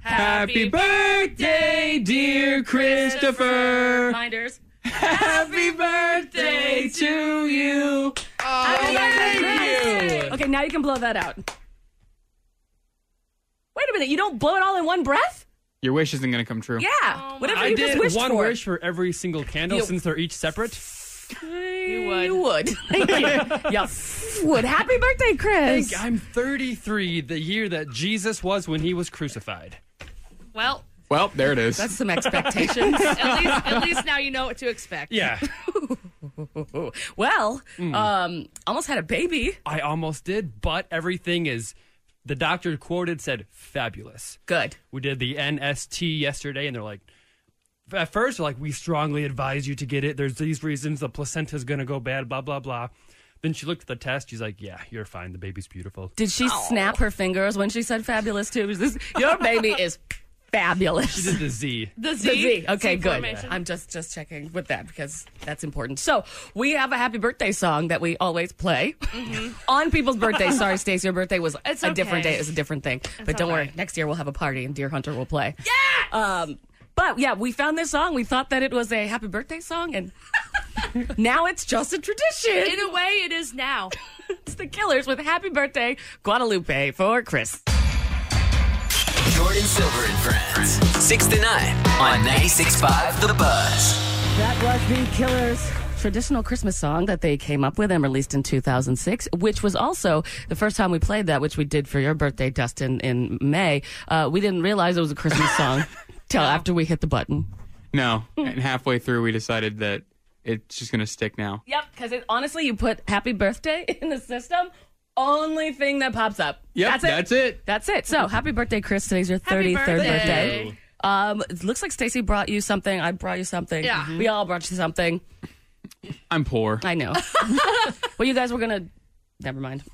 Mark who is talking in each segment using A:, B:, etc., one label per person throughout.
A: Happy birthday, dear Christopher.
B: Reminders.
A: Happy birthday to you. Thank you.
B: Okay, now you can blow that out. Wait a minute, you don't blow it all in one breath?
C: Your wish isn't going to come true.
B: Yeah,
D: Oh
B: whatever
E: I
B: you
E: did
B: just wished
E: one
B: for.
E: wish for every single candle
B: You-
E: since they're each separate.
B: You would. You would. yes. Would. Happy birthday, Chris.
E: I'm 33, the year that Jesus was when he was crucified.
D: Well,
C: Well, there it is.
B: Some expectations.
D: at least at least now you know what to expect.
E: Yeah,
B: well, um, almost had a baby.
E: I almost did, but everything is. The doctor quoted said fabulous.
B: Good.
E: We did the NST yesterday, and they're like, at first, they're like we strongly advise you to get it. There's these reasons the placenta's gonna go bad, blah blah blah. Then she looked at the test. She's like, yeah, you're fine. The baby's beautiful.
B: Did she snap her fingers when she said fabulous too? Is this your baby is fabulous?
E: She did the Z.
D: The Z.
B: The Z. Okay,
D: Z
B: good.
D: formation.
B: I'm just just checking with that because that's important. So we have a happy birthday song that we always play on people's birthdays. Sorry, Stacey, your birthday was
D: Mm-hmm. It's
B: a different
D: okay.
B: day. It was a different thing. but don't
D: all
B: worry,
D: right.
B: next year we'll have a party and Deer Hunter will play. Yeah. Um, but yeah, we found this song. We thought that it was a happy birthday song, and now it's just a tradition.
D: In a way, it is now.
B: it's the Killers with "Happy Birthday Guadalupe" for Chris.
F: Jordan Silver and Friends. 6 to 9 on 96.5 The Buzz.
B: That was the Killers. Traditional Christmas song that they came up with and released in 2006, which was also the first time we played that, which we did for your birthday, Dustin, in May. Uh, we didn't realize it was a Christmas song till after we hit the button.
C: No. And halfway through, we decided that it's just going to stick now.
B: Yep, because honestly, you put "Happy Birthday" in the system, only thing that pops up.
C: Yep,
B: that's it.
C: that's it.
B: That's it. So, happy birthday, Chris! Today's your 33rd birthday.
D: birthday.
B: Um, it looks like Stacy brought you something. I brought you something.
D: Yeah.
B: we all brought you something.
C: I'm poor.
B: I know. well, you guys were gonna. Never mind.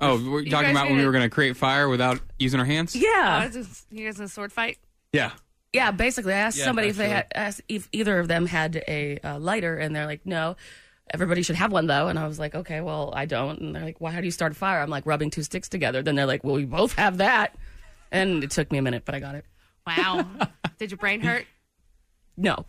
C: oh, we're talking
D: guys
C: about when
D: made
C: we were
D: it.
C: going to create fire without using our hands?
B: Yeah,
D: Uh, is- you guys in a sword fight?
C: Yeah.
B: yeah. Basically, I asked
E: Yeah,
B: somebody if they had,
E: actually.
B: asked if either of them had a uh, lighter, and they're like, "No, everybody should have one though." And I was like, "Okay, well, I don't." And they're like, "Why? How do you start a fire?" I'm like, "Rubbing two sticks together." Then they're like, "Well, we both have that." And it took me a minute, but I got it.
D: Wow. Did your brain hurt?
B: No,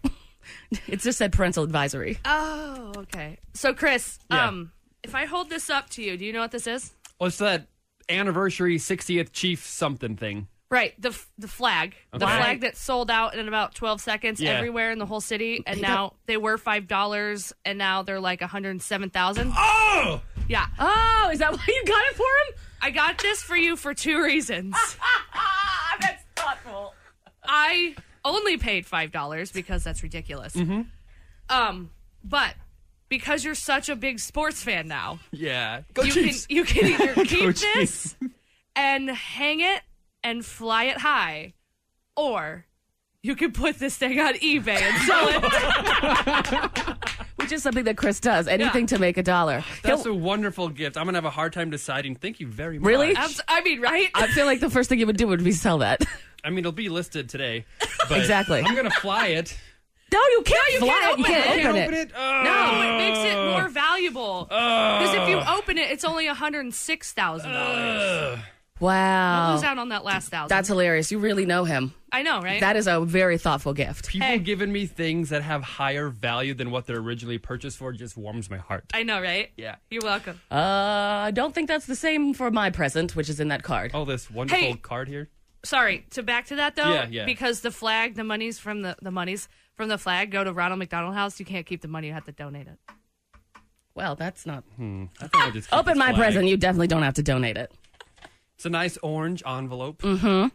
B: it just said parental advisory.
D: Oh, okay. So, Chris,
E: Yeah.
D: um, if I hold this up to you, do you know what this is?
E: Oh, it's that anniversary 60th Chief something thing.
D: Right. The f- the flag. The
E: Okay.
D: flag that sold out in about 12 seconds
E: Yeah.
D: everywhere in the whole city, and now they were five dollars, and now they're like 107,000.
E: Oh!
D: Yeah.
B: Oh, is that why you got it for him?
D: I got this for you for two reasons.
B: Ah, that's thoughtful.
D: I only paid five dollars because that's ridiculous. Um, but because you're such a big sports fan now,
E: Yeah. Go
D: you
E: Chiefs!
D: can you can either keep
E: Chiefs.
D: this and hang it and fly it high, or you can put this thing on eBay and sell it.
B: Which is something that Chris does. Anything to make a dollar.
E: That's
B: He'll-
E: a wonderful gift. I'm going to have a hard time deciding. Thank you very much.
B: Really?
D: Abs- I mean, right?
B: I feel like the first thing you would do would be sell that.
E: I mean, it'll be listed today. But
B: Exactly.
E: I'm going to fly it.
B: No, you can't. you
D: can't
B: You
D: open
B: can't
D: it.
B: open,
D: You
E: Can't
B: it.
E: open it.
D: no, it makes it
E: Oh.
D: more valuable because if you open it, it's only one hundred six thousand dollars.
E: Oh.
B: Wow.
D: Lose out on that last thousand.
B: Oh. That's hilarious. You really know him.
D: I know, right?
B: That is a very thoughtful gift.
E: People
D: Hey.
E: giving me things that have higher value than what they're originally purchased for just warms my heart.
D: I know, right?
E: Yeah.
D: You're welcome.
B: Uh, I don't think that's the same for my present, which is in that card.
E: Oh, this wonderful
D: Hey.
E: card here.
D: sorry to back to that though
E: Yeah, yeah.
D: because the flag the monies from the the monies from the flag go to ronald mcdonald house you can't keep the money you have to donate it
B: Well, that's not.
E: I think I'll just keep
B: Open
E: this
B: my
E: flag.
B: present. You definitely don't have to donate it.
E: It's a nice orange envelope
B: Mm-hmm.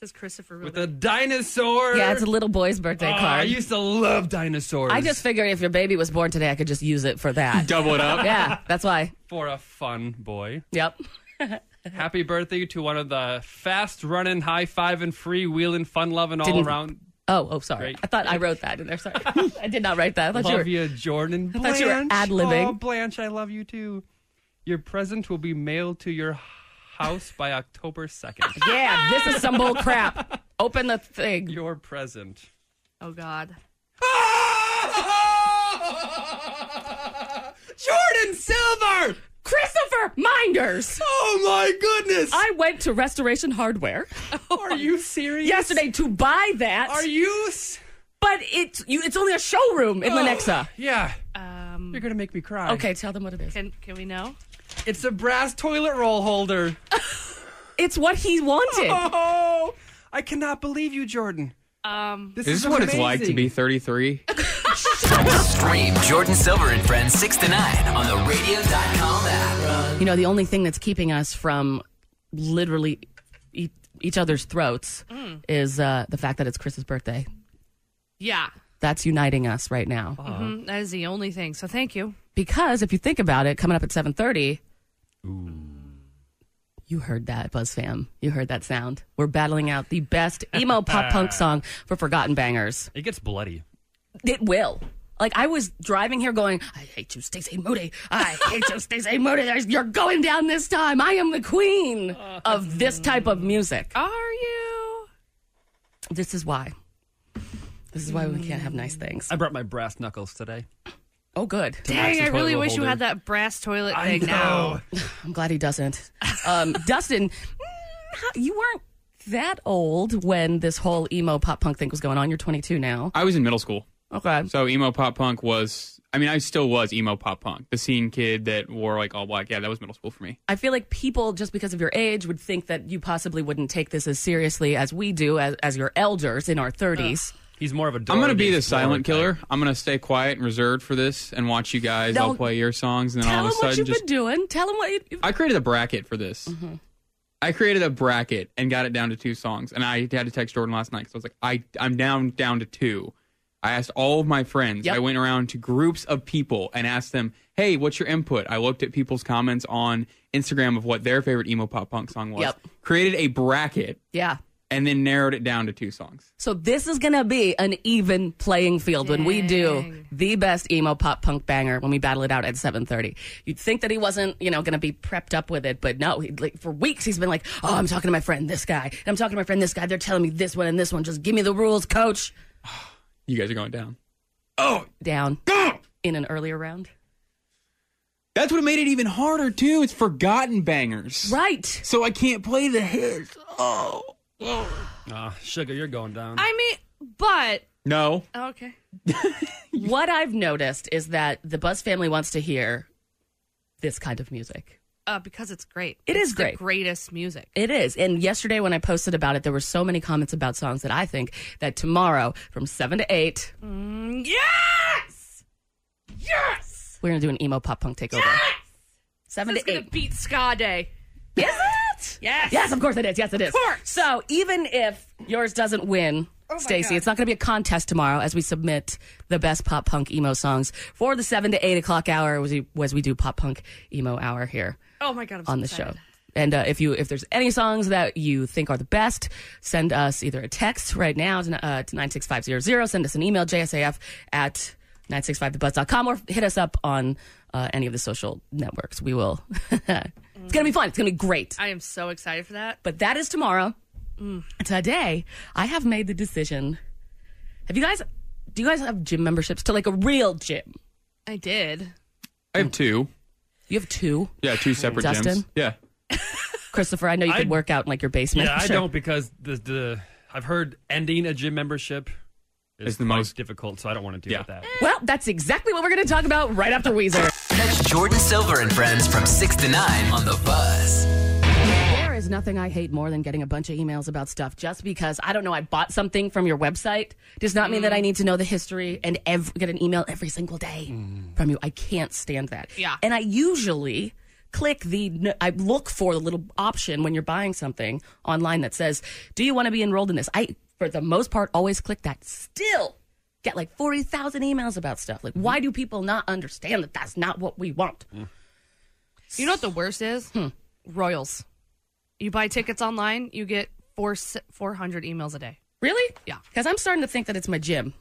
D: Says Christopher
E: with
D: Rubin.
E: a dinosaur.
B: Yeah, it's a little boy's birthday
E: Aw, I
B: card.
E: used to love dinosaurs.
B: I just figured if your baby was born today, I could just use it for that.
C: Double it up.
B: yeah, that's why.
E: for a fun boy.
B: Yep. Uh-huh.
E: Happy birthday to one of the fast running, high fiving, free wheeling, fun loving, all
B: Didn't-
E: around.
B: Oh, oh, sorry.
E: Great.
B: I thought I wrote that in there. Sorry, I did not write that. I thought you were.
E: Love you, Jordan.
B: I thought you were
E: Blanche.
B: ad-libbing.
E: Oh, Blanche, I love you too. Your present will be mailed to your house by October 2nd.
B: Yeah, this is some bull crap. Open the thing.
E: your present.
D: oh God.
E: Jordan Silver!
B: Christopher Minders.
E: Oh my goodness!
B: I went to Restoration Hardware
E: Are you serious?
B: yesterday to buy that,
E: Are you? s- Oh,
B: but it's you, it's only a showroom in Lenexa.
E: Yeah.
D: Um,
E: You're gonna make me cry.
B: Okay, tell them what it is.
D: can can we know?
E: It's a brass toilet roll holder.
B: It's what he wanted.
E: Oh, I cannot believe you, Jordan.
D: Um,
E: This
C: Is this what it's like to
E: amazing.
C: be 33?
F: Stream Jordan Silver and Friends 6 to 9 on the radio.com app.
B: You know, the only thing that's keeping us from literally e- each other's throats is uh, the fact that it's Chris's birthday.
D: yeah.
B: That's uniting us right now.
E: Uh-huh.
D: Mm, that is the only thing. So thank you.
B: because if you think about it, coming up at seven thirty. You heard that, Buzz fam. You heard that sound. We're battling out the best emo pop punk song for Forgotten Bangers.
E: It gets bloody.
B: It will. Like, I was driving here going, I hate you, Stacey Moody. I hate you, Stacey Moody. There's- You're going down this time. I am the queen of this type of music.
E: Uh.
D: Are you?
B: This is why. This is why we can't have nice things.
E: I brought my brass knuckles today.
B: Oh, good.
D: Dang, I
E: toilet
D: really
E: roll
D: wish you
E: holder.
D: had that brass toilet thing now.
B: I'm glad he doesn't. Um, Dustin, mm, you weren't that old when this whole emo pop punk thing was going on. You're 22 now.
C: I was in middle school.
B: Okay.
C: So emo pop punk was, I mean, I still was emo pop punk. The scene kid that wore like all black. Yeah, that was middle school for me.
B: I feel like people, just because of your age, would think that you possibly wouldn't take this as seriously as we do as, as your elders in our 30s.
E: He's more of a.
C: I'm going to
E: Dora
C: be
E: the
C: the
E: Explorer
C: silent
E: type.
C: killer. I'm going to stay quiet and reserved for this and watch you guys.
B: No.
C: I'll play your songs and then
B: Tell
C: all
B: them
C: of a
B: what you've
C: sudden just.
B: been doing. Tell them what you.
C: I created a bracket for this.
B: Mm-hmm.
C: I created a bracket and got it down to two songs. And I had to text Jordan last night because I was like, I, I'm down down to two. I asked all of my friends.
B: Yep.
C: I went around to groups of people and asked them, "Hey, what's your input?" I looked at people's comments on Instagram of what their favorite emo pop punk song was.
B: Yep.
C: Created a bracket
B: Yeah.
C: and then narrowed it down to two songs.
B: So this is going to be an even playing field when we do
D: Dang.
B: the best emo pop punk banger when we battle it out at 7:30. You'd think that he wasn't, you know, going to be prepped up with it, but no, he, like for weeks he's been like, "Oh, I'm talking to my friend this guy. And I'm talking to my friend this guy. They're telling me this one and this one. Just give me the rules, coach."
C: You guys are going down.
B: Down in an earlier round.
C: That's what made it even harder too. It's forgotten bangers.
B: Right.
C: So I can't play the hits. Oh.
E: Ah, sugar, you're going down.
D: I mean, but oh,
C: No.
D: okay.
B: What I've noticed is that the Buzz family wants to hear this kind of music.
D: Uh, because it's great.
B: It
D: it's
B: is
D: the
B: great.
D: greatest music.
B: It is. And yesterday when I posted about it, there were so many comments about songs that I think that tomorrow from 7 to 8,
D: Yes! Yes!
B: we're going to do an emo pop punk takeover. 7
D: This is
B: to
D: gonna
B: 8.
D: beat Ska Day.
B: Is it?
D: Yes.
B: Yes, of course it is. Yes, it is.
D: course. Oh
B: So even if yours doesn't win, Stacy, it's not going to be a contest tomorrow as we submit the best pop punk emo songs for the 7 to 8 o'clock hour as we, as we do pop punk emo hour here.
D: Oh my god, I'm so
B: on the show.
D: excited.
B: And uh, if you if there's any songs that you think are the best, send us either a text right now to, uh, to 96500, send us an email, jsaf at 965thebuzz.com, or hit us up on uh, any of the social networks. We will. it's going to be fun. It's going to be great.
D: I am so excited for that.
B: But that is tomorrow.
D: Mm.
B: Today, I have made the decision. Have you guys, do you guys have gym memberships to like a real gym?
D: I did.
C: I
B: Mm.
C: have two.
B: You have two.
C: Yeah, two separate
B: Dustin?
C: gyms. Yeah.
B: Christopher, I know you
E: I-
B: could work out in like your basement.
E: yeah, I
B: Sure.
E: don't because the the I've heard ending a gym membership is
C: It's the
E: quite
C: most-
E: difficult, so I don't want to deal
C: Yeah.
E: with that.
B: Well, that's exactly what we're going to talk about right after Weezer.
F: Catch Jordan Silver and Friends from 6 to 9 on the Buzz.
B: There is is nothing I hate more than getting a bunch of emails about stuff just because I don't know I bought something from your website does not mean that I need to know the history and ev- get an email every single day from you. I can't stand that.
D: Yeah.
B: And I usually click the n- I look for the little option when you're buying something online that says, "Do you want to be enrolled in this?" I for the most part always click that. Still get like 40,000 emails about stuff. Like why do people not understand that that's not what we want?
D: You know what the worst is?
B: Hmm.
D: Royals. You buy tickets online, you get four four hundred emails a day.
B: Really?
D: Yeah. Mm.
B: Because I'm starting to think that it's my gym.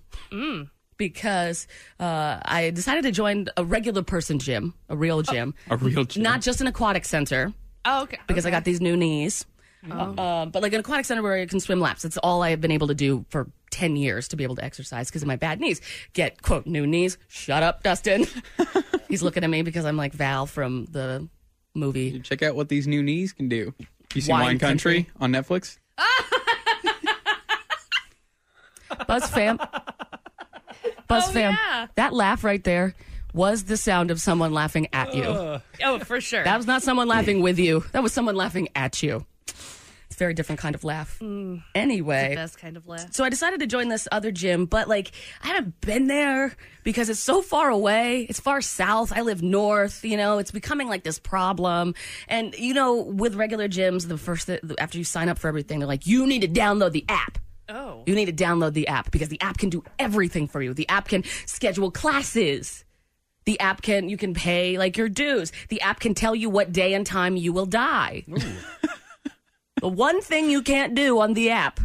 B: Because uh, I decided to join a regular person gym, a real gym,
C: A real gym.
B: not just an aquatic center,
D: Oh, okay. Oh.
B: because I got these new knees. Um, but like an aquatic center where you can swim laps. That's all I have been able to do for 10 years to be able to exercise because of my bad knees. Get, quote, new knees. Shut up, Dustin. He's looking at me because I'm like Val from the movie.
C: Check out what these new knees can do. You see
B: Wine
C: Wine, Country, on Netflix?
B: BuzzFam. BuzzFam.
D: yeah.
B: That laugh right there was the sound of someone laughing at you.
D: Oh, for sure.
B: That was not someone laughing with you. That was someone laughing at you. It's a very different kind of laugh. Anyway,
D: best kind of laugh.
B: so I decided to join this other gym, but like I haven't been there because it's so far away. It's far south. I live north. You know, it's becoming like this problem. And you know, with regular gyms, the first th- after you sign up for everything, they're like, you need to download the app.
D: Oh.
B: You need to download the app because the app can do everything for you. The app can schedule classes. The app can you can pay like your dues. The app can tell you what day and time you will die. the one thing you can't do on the app.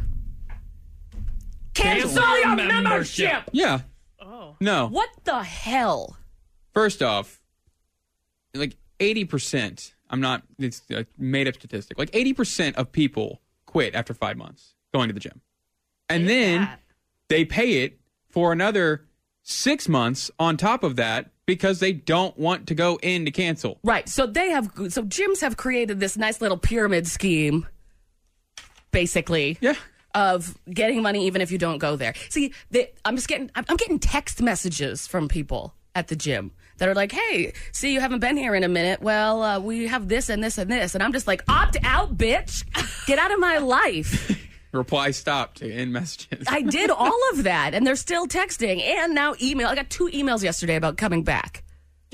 B: Cancel, your membership.
C: Yeah.
D: Oh.
C: No.
B: What the hell?
C: First off, like 80%, I'm not, it's a made up statistic, like 80% of people quit after five months going to the gym. And then
D: that.
C: they pay it for another six months on top of that because they don't want to go in to cancel.
B: Right. So they have so gyms have created this nice little pyramid scheme basically.
C: Yeah.
B: of getting money even if you don't go there. See, the, I'm just getting I'm I'm getting text messages from people at the gym that are like, "Hey, see, you haven't been here in a minute. Well, uh, we have this and this and this," and I'm just like, "Opt out, bitch! Get out of my life."
C: Reply stop to end messages.
B: I did all of that, and they're still texting and now email. I got two emails yesterday about coming back.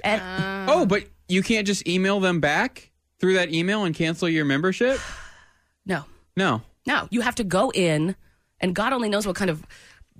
B: And
D: Uh-huh.
C: oh, but you can't just email them back through that email and cancel your membership?
B: no,
C: No.
B: No, you have to go in, and God only knows what kind of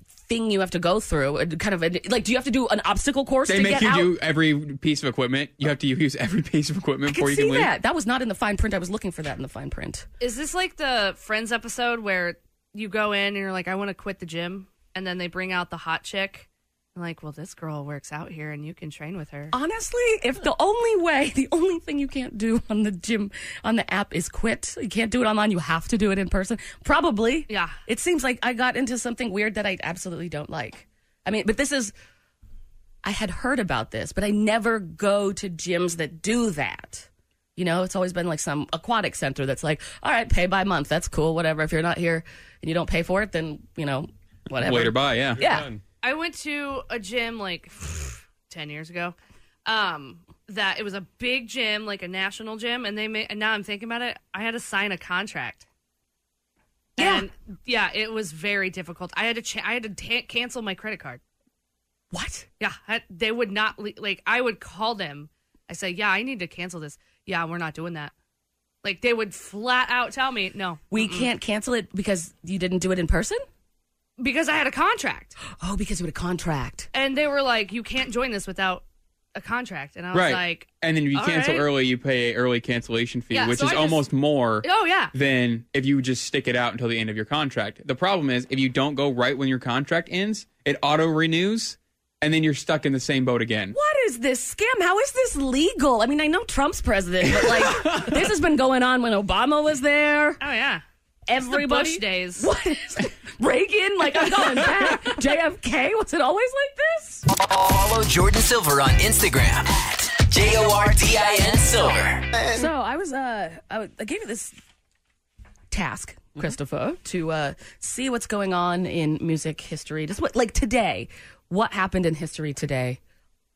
B: thing you have to go through. and Kind of like, do you have to do an obstacle course
C: They
B: to
C: make
B: get
C: you
B: out?
C: do every piece of equipment. You have to use every piece of equipment
B: I can
C: before you
B: see
C: can leave.
B: that. That was not in the fine print. I was looking for that in the fine print.
D: Is this like the Friends episode where you go in and you're like, I want to quit the gym, and then they bring out the hot chick, and like, well, this girl works out here, and you can train with her.
B: Honestly, if the only way, the only thing you can't do on the gym, on the app is quit, you can't do it online, you have to do it in person. Probably.
D: Yeah.
B: It seems like I got into something weird that I absolutely don't like. I mean, but this is, I had heard about this, but I never go to gyms that do that. You know, it's always been like some aquatic center that's like, all right, pay by month. That's cool. Whatever. If you're not here and you don't pay for it, then, you know, whatever.
C: Later by, yeah.
B: Yeah.
D: I went to a gym like 10 years ago. Um, that it was a big gym, like a national gym, and they made. And now I'm thinking about it, I had to sign a contract.
B: Yeah.
D: And yeah, it was very difficult. I had to cha- I had to ta cancel my credit card.
B: What?
D: Yeah, I, they would not le- like. I would call them. I say, yeah, I need to cancel this. Yeah, we're not doing that. Like they would flat out tell me no
B: We can't cancel it because you didn't do it in person?
D: because I had a contract,
B: Oh, because you had a contract.
D: and they were like, you can't join this without a contract. And I was
C: Right.
D: like,
C: and then if you
D: all
C: cancel
D: right.
C: early, you pay a early cancellation fee,
D: Yeah,
C: which
D: so
C: is
D: I just-
C: almost more
D: oh yeah,
C: than if you just stick it out until the end of your contract. The problem is if you don't go right when your contract ends, it auto renews and then you're stuck in the same boat again.
B: What is this scam? How is this legal? I mean, I know Trump's president, but like, this has been going on when Obama was there.
D: oh yeah.
B: Mm-hmm. Everybody.
D: Bush days.
B: What is Reagan? Like, I'm going back. JFK? Was it always like this?
F: Follow Jordan Silver on Instagram at J O R D I N Silver.
B: So I was, uh, I, was- I gave you this task, Christopher, to uh, see what's going on in music history. Just what, like today, what happened in history today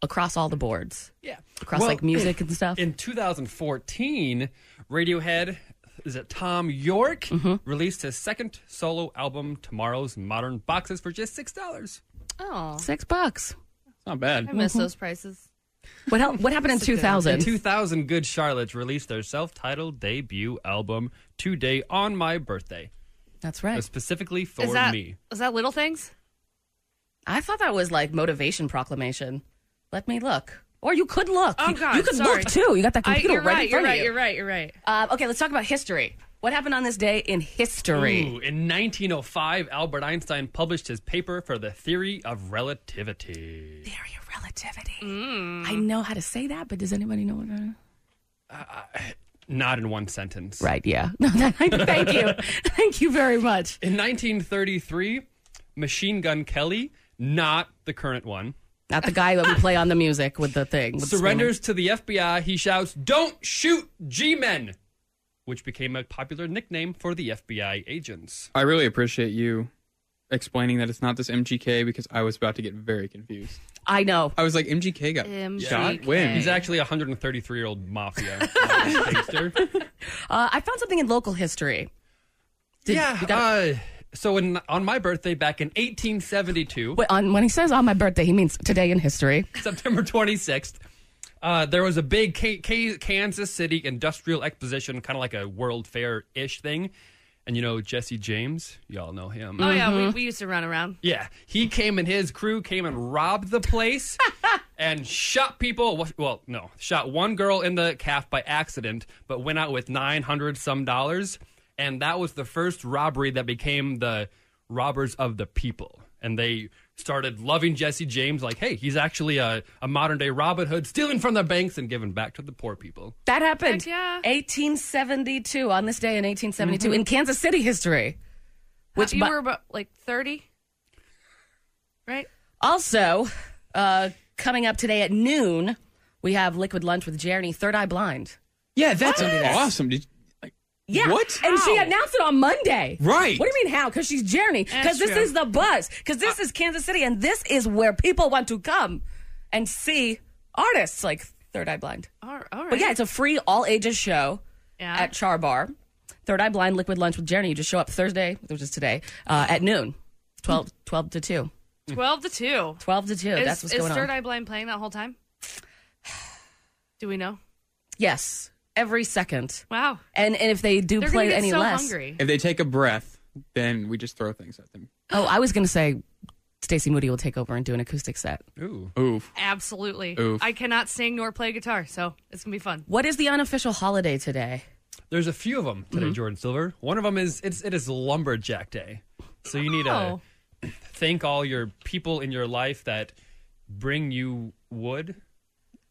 B: across all the boards?
E: Yeah.
B: Across
E: Well,
B: like music and stuff?
E: In 2014, Radiohead is it Tom York released his second solo album, Tomorrow's Modern Boxes, for just six dollars.
D: Oh,
B: Six bucks.
C: It's not bad.
D: I miss those prices.
B: What, hel- what happened in
D: Sit down.
B: 2000?
E: In 2000, Good Charlotte released their self-titled debut album "Today on My Birthday," uh,
B: That's right.
E: specifically for
D: Is that
E: me.
D: is that little things?
B: I thought that was like motivation proclamation. Let me look. Or you could look.
D: Oh,
B: You-
D: God,
B: you could
D: sorry.
B: look too. You got that
D: I,
B: computer
D: you're
B: right,
D: right.
B: in
D: You're
B: front
D: right.
B: of you.
D: You're right. You're right.
B: Uh, okay, let's talk about history. What happened on this day in history?
D: Mm.
E: Ooh, in 1905, Albert Einstein published his paper for the theory of relativity.
B: Theory of relativity.
D: Mm.
B: I know how to say that, but does anybody know what? I-
E: Not in one sentence.
B: Right. Yeah. No. that- thank you. thank you very much.
E: In 1933, Machine Gun Kelly, not the current one,
B: Not the guy that we play on the music with the thing. with the
E: surrenders to the FBI. He shouts, Don't shoot G Men, which became a popular nickname for the FBI agents.
C: I really appreciate you explaining that it's not this MGK because I was about to get very confused.
B: screaming. I know.
C: I was like, MGK got
D: MGK.
C: shot? When?
E: He's actually a 133 year old mafia gangster.
B: Uh, I found something in local history. Did-
E: yeah.
B: you got-
E: uh, so in, on my birthday back in 1872,
B: Wait, on, when he says on my birthday, he means today in history.
E: September 26th, uh, there was a big K- K- Kansas City Industrial Exposition, kind of like a World Fair ish thing. And you know, Jesse James, y'all know him.
D: Oh yeah,
B: Mm-hmm.
D: we, we used to run around.
E: Yeah, he came and his crew came and robbed the place and shot people. Well, no, shot one girl in the calf by accident, but went out with 900 some dollars. And that was the first robbery that became the robbers of the people. And they started loving Jesse James like, hey, he's actually a, a modern day Robin Hood, stealing from the banks and giving back to the poor people.
B: That happened.
D: Heck yeah. Mm-hmm.
B: 1872, on this day in 1872, in Kansas City history. Which
D: you
B: bu-
D: were about like thirty, right?
B: Also, uh, coming up today at noon, we have Liquid Lunch with Jeremy, Third Eye Blind.
C: yeah, that's awesome. Did, like,
B: Yeah.
C: What?
B: And she
D: How?
B: announced it on Monday.
C: Right.
B: What do you mean how? Because she's Jeremy. Because
D: That's
B: this
D: true.
B: is the buzz. Because
C: Uh,
B: this is Kansas City, and this is where people want to come and see artists like Third Eye Blind.
D: All, all right.
B: But yeah, it's a free all ages show
D: Yeah.
B: at Char Bar. Third Eye Blind Liquid Lunch with Jeremy. You just show up Thursday, which is today, uh, at noon, 12, 12 to 2.
C: Mm.
D: twelve to two.
B: 12 to 2.
D: Is,
B: That's what's
D: is
B: going
D: Third
B: on.
D: Eye Blind playing that whole time? Do we know?
B: yes. Every second.
D: Wow,
B: And, and if they do
D: they're
B: play
D: gonna get
B: any
D: so
B: less.
D: hungry.
C: If they take a breath, then we just throw things at them.
B: Oh, I was going to say Stacey Moody will take over and do an acoustic set.
E: Ooh.
C: Oof.
D: Absolutely.
C: Oof.
D: I cannot sing nor play guitar, so it's gonna be fun.
B: What is the unofficial holiday today?
E: There's a few of them today, Jordan Silver. One of them is it's it is Lumberjack Day, so you need
D: Oh.
E: to thank all your people in your life that bring you wood.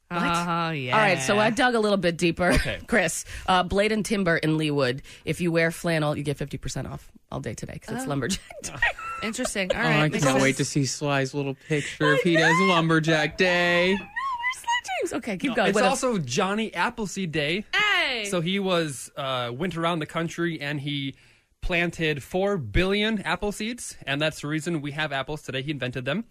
D: What? Oh yeah.
B: All right, so I dug a little bit deeper,
E: Eh. Okay.
B: Chris. Uh, Blade and Timber in Leewood. If you wear flannel, you get 50% off all day today because
D: Oh.
B: it's lumberjack day.
D: Interesting. All
C: Oh,
D: right.
C: I
D: makes
C: can't wait to
D: sense.
C: see Sly's little picture if he does Lumberjack Day.
B: James, Okay, keep going.
E: it's
B: What else?
E: also Johnny Appleseed Day,
D: Hey.
E: so he was uh, went around the country and he planted four billion apple seeds, and that's the reason we have apples today. He invented them,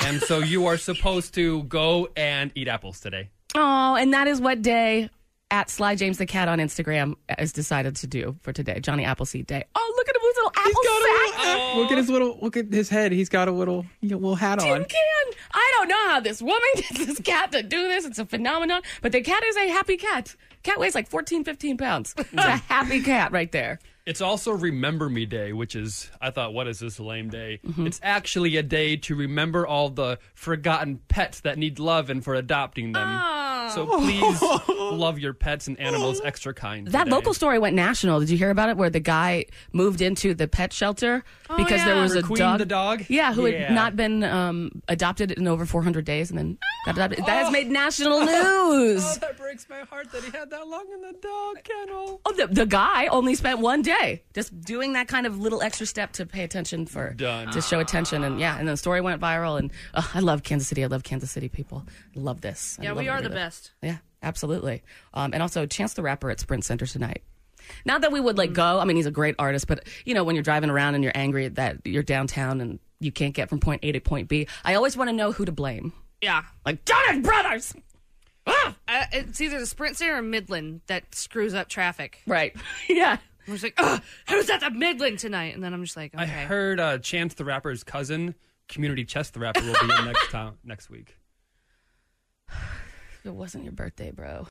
E: and so you are supposed to go and eat apples today.
B: Oh, and that is what day at Sly James the Cat on Instagram has decided to do for today, Johnny Appleseed Day. Oh, look at him with his little apple sack.
C: Look at his little. Look at his head. He's got a little little hat
B: tin
C: on.
B: can. I don't know how this woman gets this cat to do this. It's a phenomenon. But the cat is a happy cat. Cat weighs like 14, 15 pounds. It's a happy cat right there.
E: It's also Remember Me Day, which is, I thought, what is this lame day?
B: Mm-hmm.
E: It's actually a day to remember all the forgotten pets that need love and for adopting them.
B: Ah.
E: So please love your pets and animals extra kind.
B: That
E: today.
B: local story went national. Did you hear about it? Where the guy moved into the pet shelter because there
D: yeah.
B: was a
E: Queen
B: dog,
E: Oh, the dog?
B: yeah, who
E: Yeah.
B: had not been um, adopted in over 400 days, and then got adopted. That has made national
E: Oh,
B: news.
E: that breaks my heart that he had that long in the dog kennel.
B: Oh, the, the guy only spent one day just doing that kind of little extra step to pay attention for
E: Done.
B: to show attention, and yeah, and then the story went viral. And uh, I love Kansas City. I love Kansas City people. I love this. I
D: yeah,
B: love
D: we
B: where
D: are the
B: live.
D: best.
B: Yeah, absolutely. Um, and also, Chance the Rapper at Sprint Center tonight. Not that we would like go. I mean, he's a great artist, but you know, when you're driving around and you're angry that you're downtown and you can't get from point A to point B, I always want to know who to blame.
D: Yeah.
B: Like Jonas Brothers.
D: I, it's either the Sprint Center or Midland that screws up traffic.
B: Right. yeah.
D: I'm just like, Ugh, who's at the Midland tonight? And then I'm just like, okay.
E: I heard uh, Chance the Rapper's cousin, Community Chess the Rapper, will be in next time next week.
B: It wasn't your birthday, bro.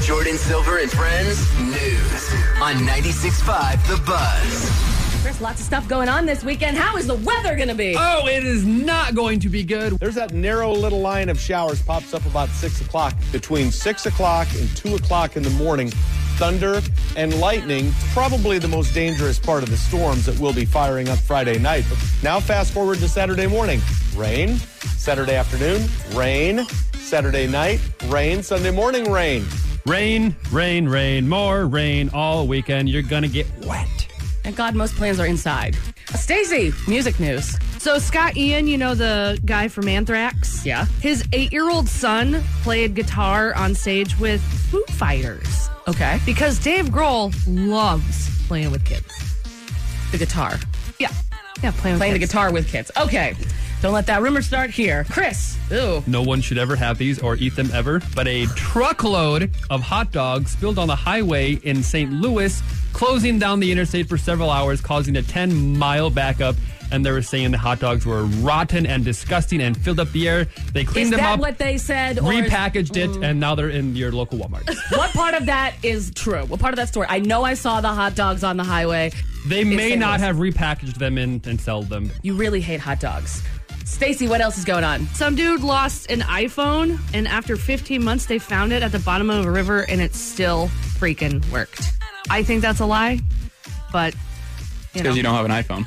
F: Jordan Silver and Friends News on 96.5 The Buzz.
B: There's lots of stuff going on this weekend. How is the weather going to be?
E: Oh, it is not going to be good.
G: There's that narrow little line of showers pops up about 6 o'clock. Between 6 o'clock and 2 o'clock in the morning, thunder and lightning, probably the most dangerous part of the storms that will be firing up Friday night. Now, fast forward to Saturday morning rain, Saturday afternoon, rain, Saturday night, rain, Sunday morning, rain.
E: Rain, rain, rain, more rain all weekend. You're gonna get wet.
B: Thank God most plans are inside. Stacy, music news.
D: So Scott Ian, you know the guy from Anthrax?
B: Yeah.
D: His eight-year-old son played guitar on stage with Foo Fighters
B: Okay.
D: because Dave Grohl loves playing with kids.
B: The guitar.
D: Yeah, yeah, playing with
B: Playing the
D: kids.
B: guitar with kids. Okay. Don't let that rumor start here. Chris. Ooh.
E: No one should ever have these or eat them ever, but a truckload of hot dogs spilled on the highway in St. Louis, closing down the interstate for several hours, causing a 10 mile backup. And they were saying the hot dogs were rotten and disgusting and filled up the air. They cleaned
B: Is
E: them
B: that
E: up,
B: what Mm. they said? Or is-
E: repackaged it, and now they're in your local Walmart.
B: what part of that is true? What part of that story? I know I saw the hot dogs on the highway.
E: They may
B: St. Louis.
E: not have repackaged them in and sell them.
B: You really hate hot dogs. Stacy, what else is going on?
D: Some dude lost an iPhone, and after 15 months, they found it at the bottom of a river, and it still freaking worked. I think that's a lie, but you know,
C: because you don't have an iPhone.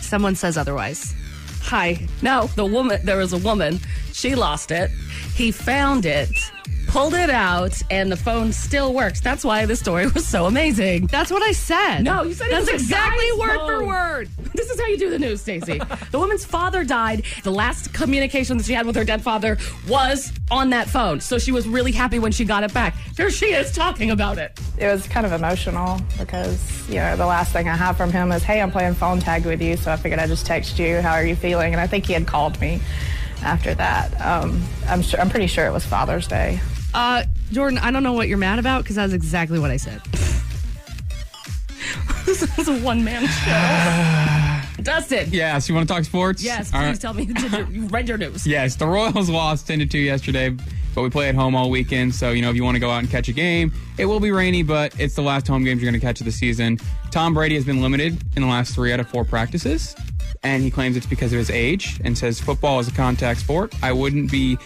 D: someone says otherwise. Hi.
B: No, the woman, there was a woman. She lost it. He found it, pulled it out, and the phone still works. That's why this story was so amazing.
D: That's what I said.
B: No, you said it
D: that's
B: was a
D: exactly
B: guy's
D: word for
B: phone.
D: word.
B: This is how you do the news, Stacy. the woman's father died. The last communication that she had with her dead father was on that phone. So she was really happy when she got it back. Here she is talking about it.
H: it was kind of emotional because you know the last thing I had from him was, "Hey, I'm playing phone tag with you," so I figured I'd just text you. How are you feeling? And I think he had called me after that. Um, I'm sure. I'm pretty sure it was Father's Day.
D: Uh, Jordan, I don't know what you're mad about because that's exactly what I said.
B: This is a one man show. Dustin.
C: Yeah, so you want to talk sports?
B: Yes, please
C: All right.
B: tell me you, did your, you read your news.
C: Yes, the Royals lost 10 to 2 yesterday, but we play at home all weekend. So, you know, if you want to go out and catch a game, it will be rainy, but it's the last home games you're going to catch of the season. Tom Brady has been limited in the last three out of four practices, and he claims it's because of his age and says football is a contact sport. I wouldn't be,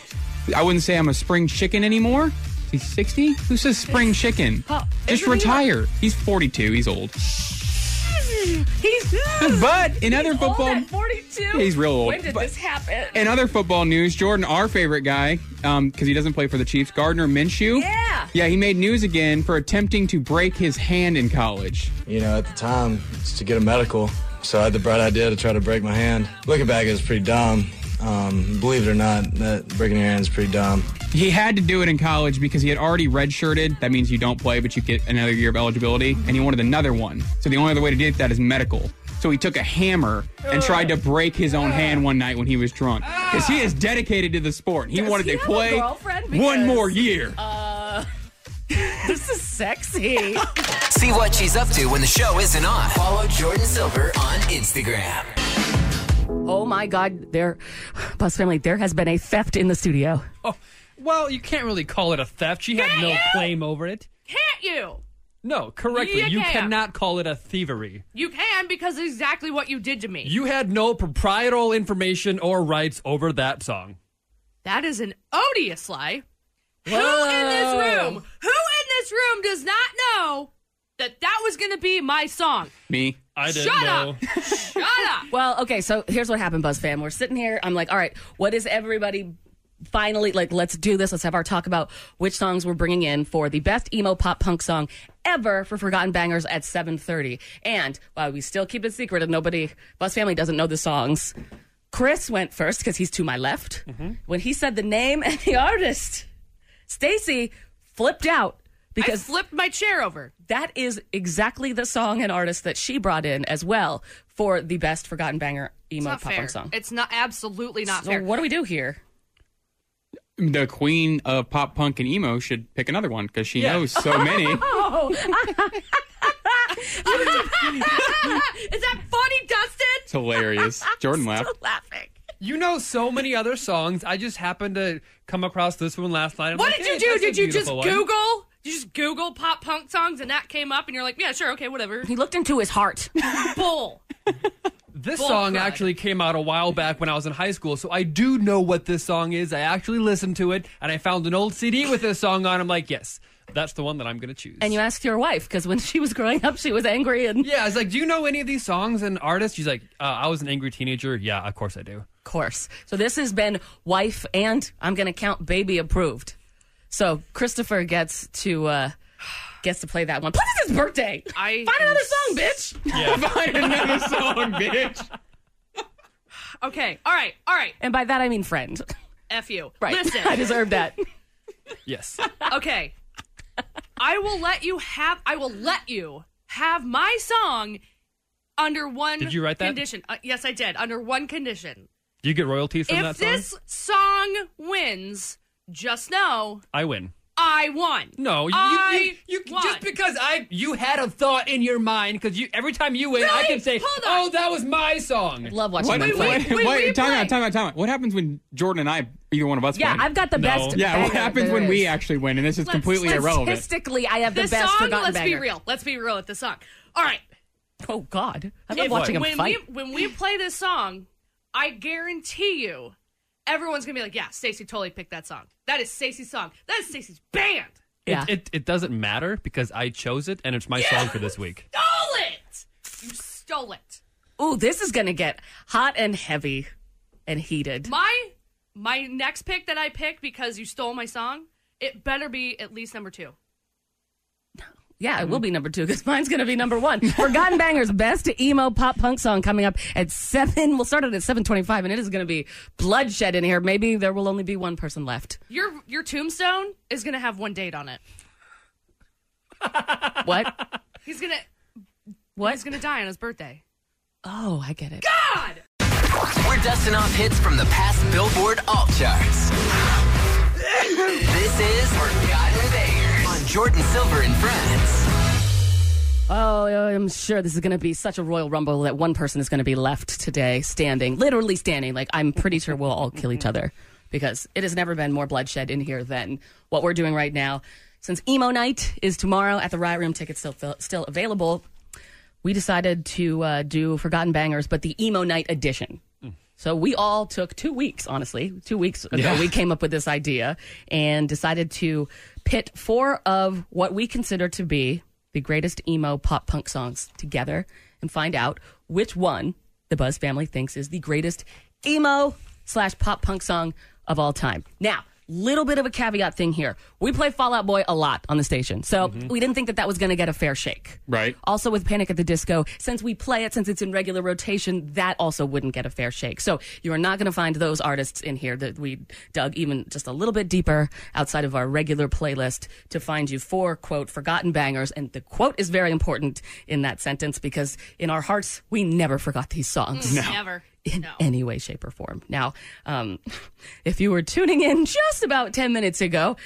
C: I wouldn't say I'm a spring chicken anymore. He's 60? Who says spring chicken?
B: Well,
C: Just
B: isn't he like-
C: retire. He's 42. He's old.
B: He's
C: But in other
B: He's old
C: football.
B: at 42.
C: He's real old.
B: When did
C: But-
B: this happen?
C: In other football news, Jordan, our favorite guy, because he doesn't play for the Chiefs, Gardner Minshew.
B: Yeah.
C: Yeah, he made news again for attempting to break his hand in college.
I: You know, at the time, it's to get a medical. So I had the bright idea to try to break my hand. Looking back, it was pretty dumb. Um, believe it or not, that breaking your hand is pretty dumb.
C: He had to do it in college because he had already redshirted. That means you don't play, but you get another year of eligibility. And he wanted another one. So the only other way to get that is medical. So he took a hammer and tried to break his own hand one night when he was drunk. Because he is dedicated to the sport. He
B: Does
C: wanted
B: he
C: to
B: have a
C: play
B: girlfriend?
C: one
B: Because- uh,
C: more year.
B: this is sexy.
F: See what she's up to when the show isn't on. Follow Jordan Silver on Instagram.
B: oh my God, there, Buzz family, there has been a theft in the studio.
E: Oh, well, you can't really call it a theft. She had no claim over it.
D: Can't you?
E: No, correctly.
D: You
E: You
D: can't.
E: cannot call it a thievery.
D: You can because it's exactly what you did to me.
E: You had no proprietorial information or rights over that song.
D: that is an odious lie. Who in this room? Who in this room does not know that that was going to be my song?
C: Me.
E: I didn't
D: Shut
E: know.
D: up! Shut up!
B: Well, okay, so here's what happened, Buzz fam. We're sitting here. I'm like, all right, what is everybody finally like? Let's do this. Let's have our talk about which songs we're bringing in for the best emo pop punk song ever for Forgotten Bangers at 7:30. And while we still keep it secret and nobody, Buzz family doesn't know the songs. Chris went first because he's to my left. When he said the name and the artist, Stacy flipped out
D: I flipped my chair over.
B: that is exactly the song and artist that she brought in as well for the best forgotten banger
D: It's
B: emo
D: not
B: pop
D: fair.
B: punk song.
D: It's not absolutely not
B: so
D: fair.
B: what do we do here?
C: The queen of pop punk and emo should pick another one because she knows so many.
B: Oh,
D: Is that funny, Dustin?
C: It's hilarious. Jordan laughed.
B: laughing.
E: You know so many other songs. I just happened to come across this one last night. I'm
D: What
E: like,
D: did
E: "Hey,
D: you do?
E: that's a
D: Did you just
E: beautiful one."
D: Google? You just Google pop punk songs and that came up and you're like, yeah, sure, okay, whatever.
B: He looked into his heart.
D: Bull.
E: This
D: Bull
E: song
D: crud.
E: actually came out a while back when I was in high school, so I do know what this song is. I actually listened to it, and I found an old CD with this song on. I'm like, yes, that's the one that I'm going to choose.
B: And you asked your wife because when she was growing up, she was angry and
E: yeah, I was like, do you know any of these songs and artists? She's like, uh, I was an angry teenager. Yeah, of course I do.
B: course. So this has been wife and I'm going to count baby approved. So Christopher gets to uh gets to play that one. Plus it's his birthday.
D: I
B: Find another song, bitch.
C: Find another song, bitch.
D: Okay, all right, all right.
B: And by that I mean friend.
D: F you.
B: Right.
D: Listen.
B: I deserve that.
E: Yes.
D: okay. I will let you have. I will let you have my song under one.
E: Did you write that?
D: Condition. Uh, yes, I did. Under one condition.
E: do you get royalties from that
D: if
E: song?
D: this song wins, just know
E: I win.
D: I won.
E: No, you,
D: I
E: you, you,
D: won.
E: just because I you had a thought in your mind because you every time you win, I
D: Really?
E: can say,
D: Hold on.
E: "Oh, that was my song."
B: Love watching
C: What,
B: them
C: wait,
B: play.
C: wait,
D: wait,
C: wait, time
D: replay.
C: out, time out, time out. What happens when Jordan and I, either one of us,
B: Yeah,
C: win?
B: I've got the best.
C: Yeah, what
B: banger
C: happens
B: there
C: when we
B: is.
C: actually win? And this is
D: Let's-
C: completely
D: let's
C: irrelevant.
B: Statistically, I have the
D: this
B: best
D: song.
B: forgotten
D: Let's
B: banger.
D: be real. Let's be real with the song. All right.
B: Oh God, I love
D: If-
B: watching him
D: when
B: fight.
D: we when we play this song, I guarantee you, everyone's gonna be like, "Yeah, Stacey totally picked that song. That is Stacey's song. That is Stacey's band.
B: yeah,
E: It, it it doesn't matter because I chose it and it's my song for this week.
D: Stole it. You stole it.
B: Ooh, this is gonna get hot and heavy and heated.
D: My my next pick that I picked because you stole my song. It better be at least number two.
B: yeah, it will be number two because mine's gonna be number one. Forgotten Bangers, best emo pop punk song coming up at seven. We'll start it at seven twenty-five, and it is gonna be bloodshed in here. Maybe there will only be one person left.
D: Your your tombstone is gonna have one date on it.
B: What?
D: He's gonna he's
B: what?
D: gonna die on his birthday.
B: Oh, I get it.
D: God.
F: We're dusting off hits from the past Billboard Alt Charts. this is Forgotten Bangers on Jordan Silver and Friends.
B: Oh, I'm sure this is going to be such a royal rumble that one person is going to be left today standing, literally standing. Like, I'm pretty sure we'll all kill each other because it has never been more bloodshed in here than what we're doing right now. Since emo night is tomorrow at the Riot Room, tickets still, still available. We decided to uh, do Forgotten Bangers, but the emo night edition. So we all took two weeks, honestly, two weeks ago, we came up with this idea and decided to pit four of what we consider to be the greatest emo pop punk songs together and find out which one the Buzz family thinks is the greatest emo slash pop punk song of all time. Now, little bit of a caveat thing here. We play Fallout Boy a lot on the station, so we didn't think that that was going to get a fair shake.
C: Right.
B: Also with Panic at the Disco, since we play it, since it's in regular rotation, that also wouldn't get a fair shake. So you are not going to find those artists in here that we dug even just a little bit deeper outside of our regular playlist to find you four quote forgotten bangers. And the quote is very important in that sentence because in our hearts we never forgot these
D: Hmm.
B: songs
D: Never.
B: in any way, shape, or form. Now, um, if you were tuning in just about 10 minutes ago,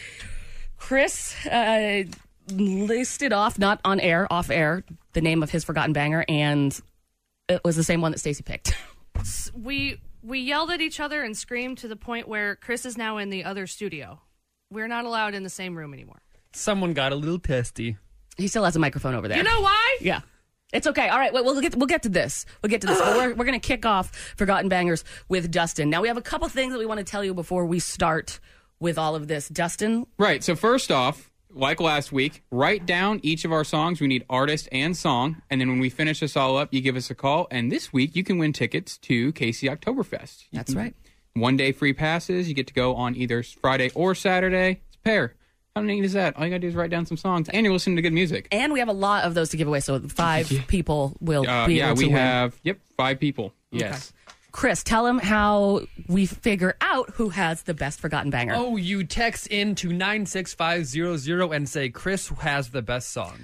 B: Chris uh, listed off, not on air, off air, the name of his forgotten banger, and it was the same one that Stacey picked.
D: we we yelled at each other and screamed to the point where Chris is now in the other studio. We're not allowed in the same room anymore.
E: Someone got a little testy.
B: He still has a microphone over there.
D: You know why?
B: Yeah. It's okay. All right. Wait, we'll get we'll get to this. We'll get to this. but we're we're gonna kick off Forgotten Bangers with Dustin. Now we have a couple things that we want to tell you before we start with all of this. Dustin,
C: Right. So first off, like last week, write down each of our songs. We need artist and song, and then when we finish this all up, you give us a call. And this week, you can win tickets to KC Oktoberfest.
B: that's right.
C: One day free passes. You get to go on either Friday or Saturday. It's a pair. How neat is that? All you gotta do is write down some songs, and you're listening to good music.
B: And we have a lot of those to give away, so five people will
C: Uh,
B: be
C: yeah,
B: able to
C: we
B: win.
C: have. Yep, five people. Yes.
B: Chris, tell him how we figure out who has the best forgotten banger.
A: Oh, you text in to 96500 and say, Chris has the best song.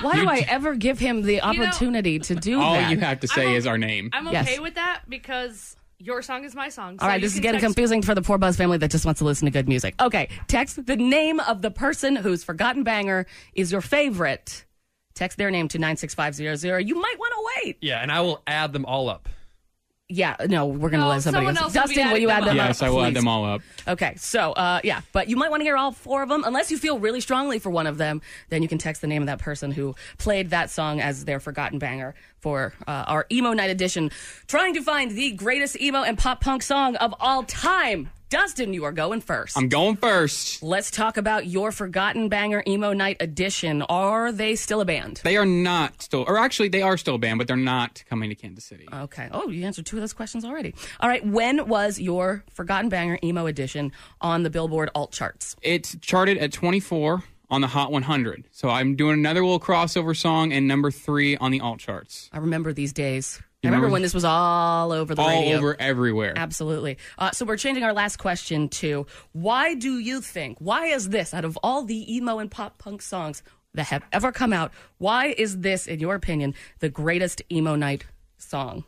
B: Why do I ever give him the opportunity to do
C: All
B: that?
C: Oh, you have to say is our name.
D: I'm okay
B: Yes.
D: with that because your song is my song.
B: All right, this is getting confusing for the poor Buzz family that just wants to listen to good music. Okay, text the name of the person whose forgotten banger is your favorite. Text their name to 96500. You might want to wait.
A: Yeah, and I will add them all up.
B: Yeah, no, we're going to
D: No,
B: let somebody
D: someone
B: else.
D: else will be
B: Dustin, will you add
D: adding
B: them
D: them
B: up?
C: Yes, I will add them all up.
B: Okay, so uh, yeah, but you might want to hear all four of them. Unless you feel really strongly for one of them, then you can text the name of that person who played that song as their forgotten banger for uh, our emo night edition, trying to find the greatest emo and pop punk song of all time. Dustin, you are going first.
C: I'm going first.
B: Let's talk about your forgotten banger emo night edition. Are they still a band?
C: They are not still, or actually, they are still banned, but they're not coming to Kansas City.
B: Okay. Oh, you answered two of those questions already. All right. When was your forgotten banger emo edition on the Billboard alt charts?
C: It's charted at 24 on the Hot 100. So I'm doing another little crossover song and number three on the alt charts.
B: I remember these days. I remember
C: remember-
B: when this was all over the
C: All
B: radio.
C: over everywhere.
B: Absolutely. Uh, so we're changing our last question to why do you think, why is this, out of all the emo and pop punk songs that have ever come out, why is this, in your opinion, the greatest emo night song?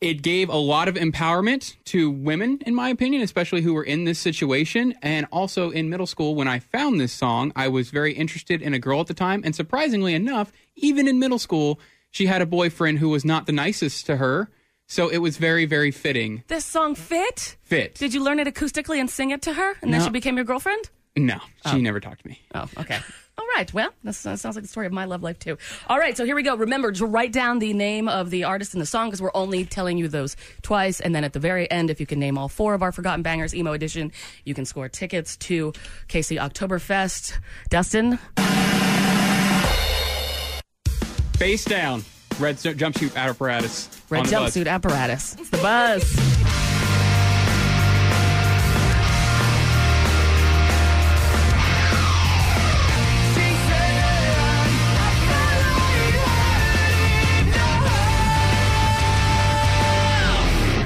C: it gave a lot of empowerment to women, in my opinion, especially who were in this situation. And also in middle school, when I found this song, I was very interested in a girl at the time. And surprisingly enough, even in middle school, she had a boyfriend who was not the nicest to her. So it was very, very fitting.
B: This song fit?
C: Fit.
B: Did you learn it acoustically and sing it to her? And then
C: No.
B: she became your girlfriend?
C: No, she never talked to me.
B: Oh, okay. All right. Well, that sounds sounds like the story of my love life, too. All right. So here we go. Remember to write down the name of the artist and the song because we're only telling you those twice. And then at the very end, if you can name all four of our Forgotten Bangers Emo Edition, you can score tickets to KC Oktoberfest. Dustin?
C: Face down, red so- jumpsuit apparatus.
B: Red
C: on the bus.
B: jumpsuit apparatus. It's the buzz.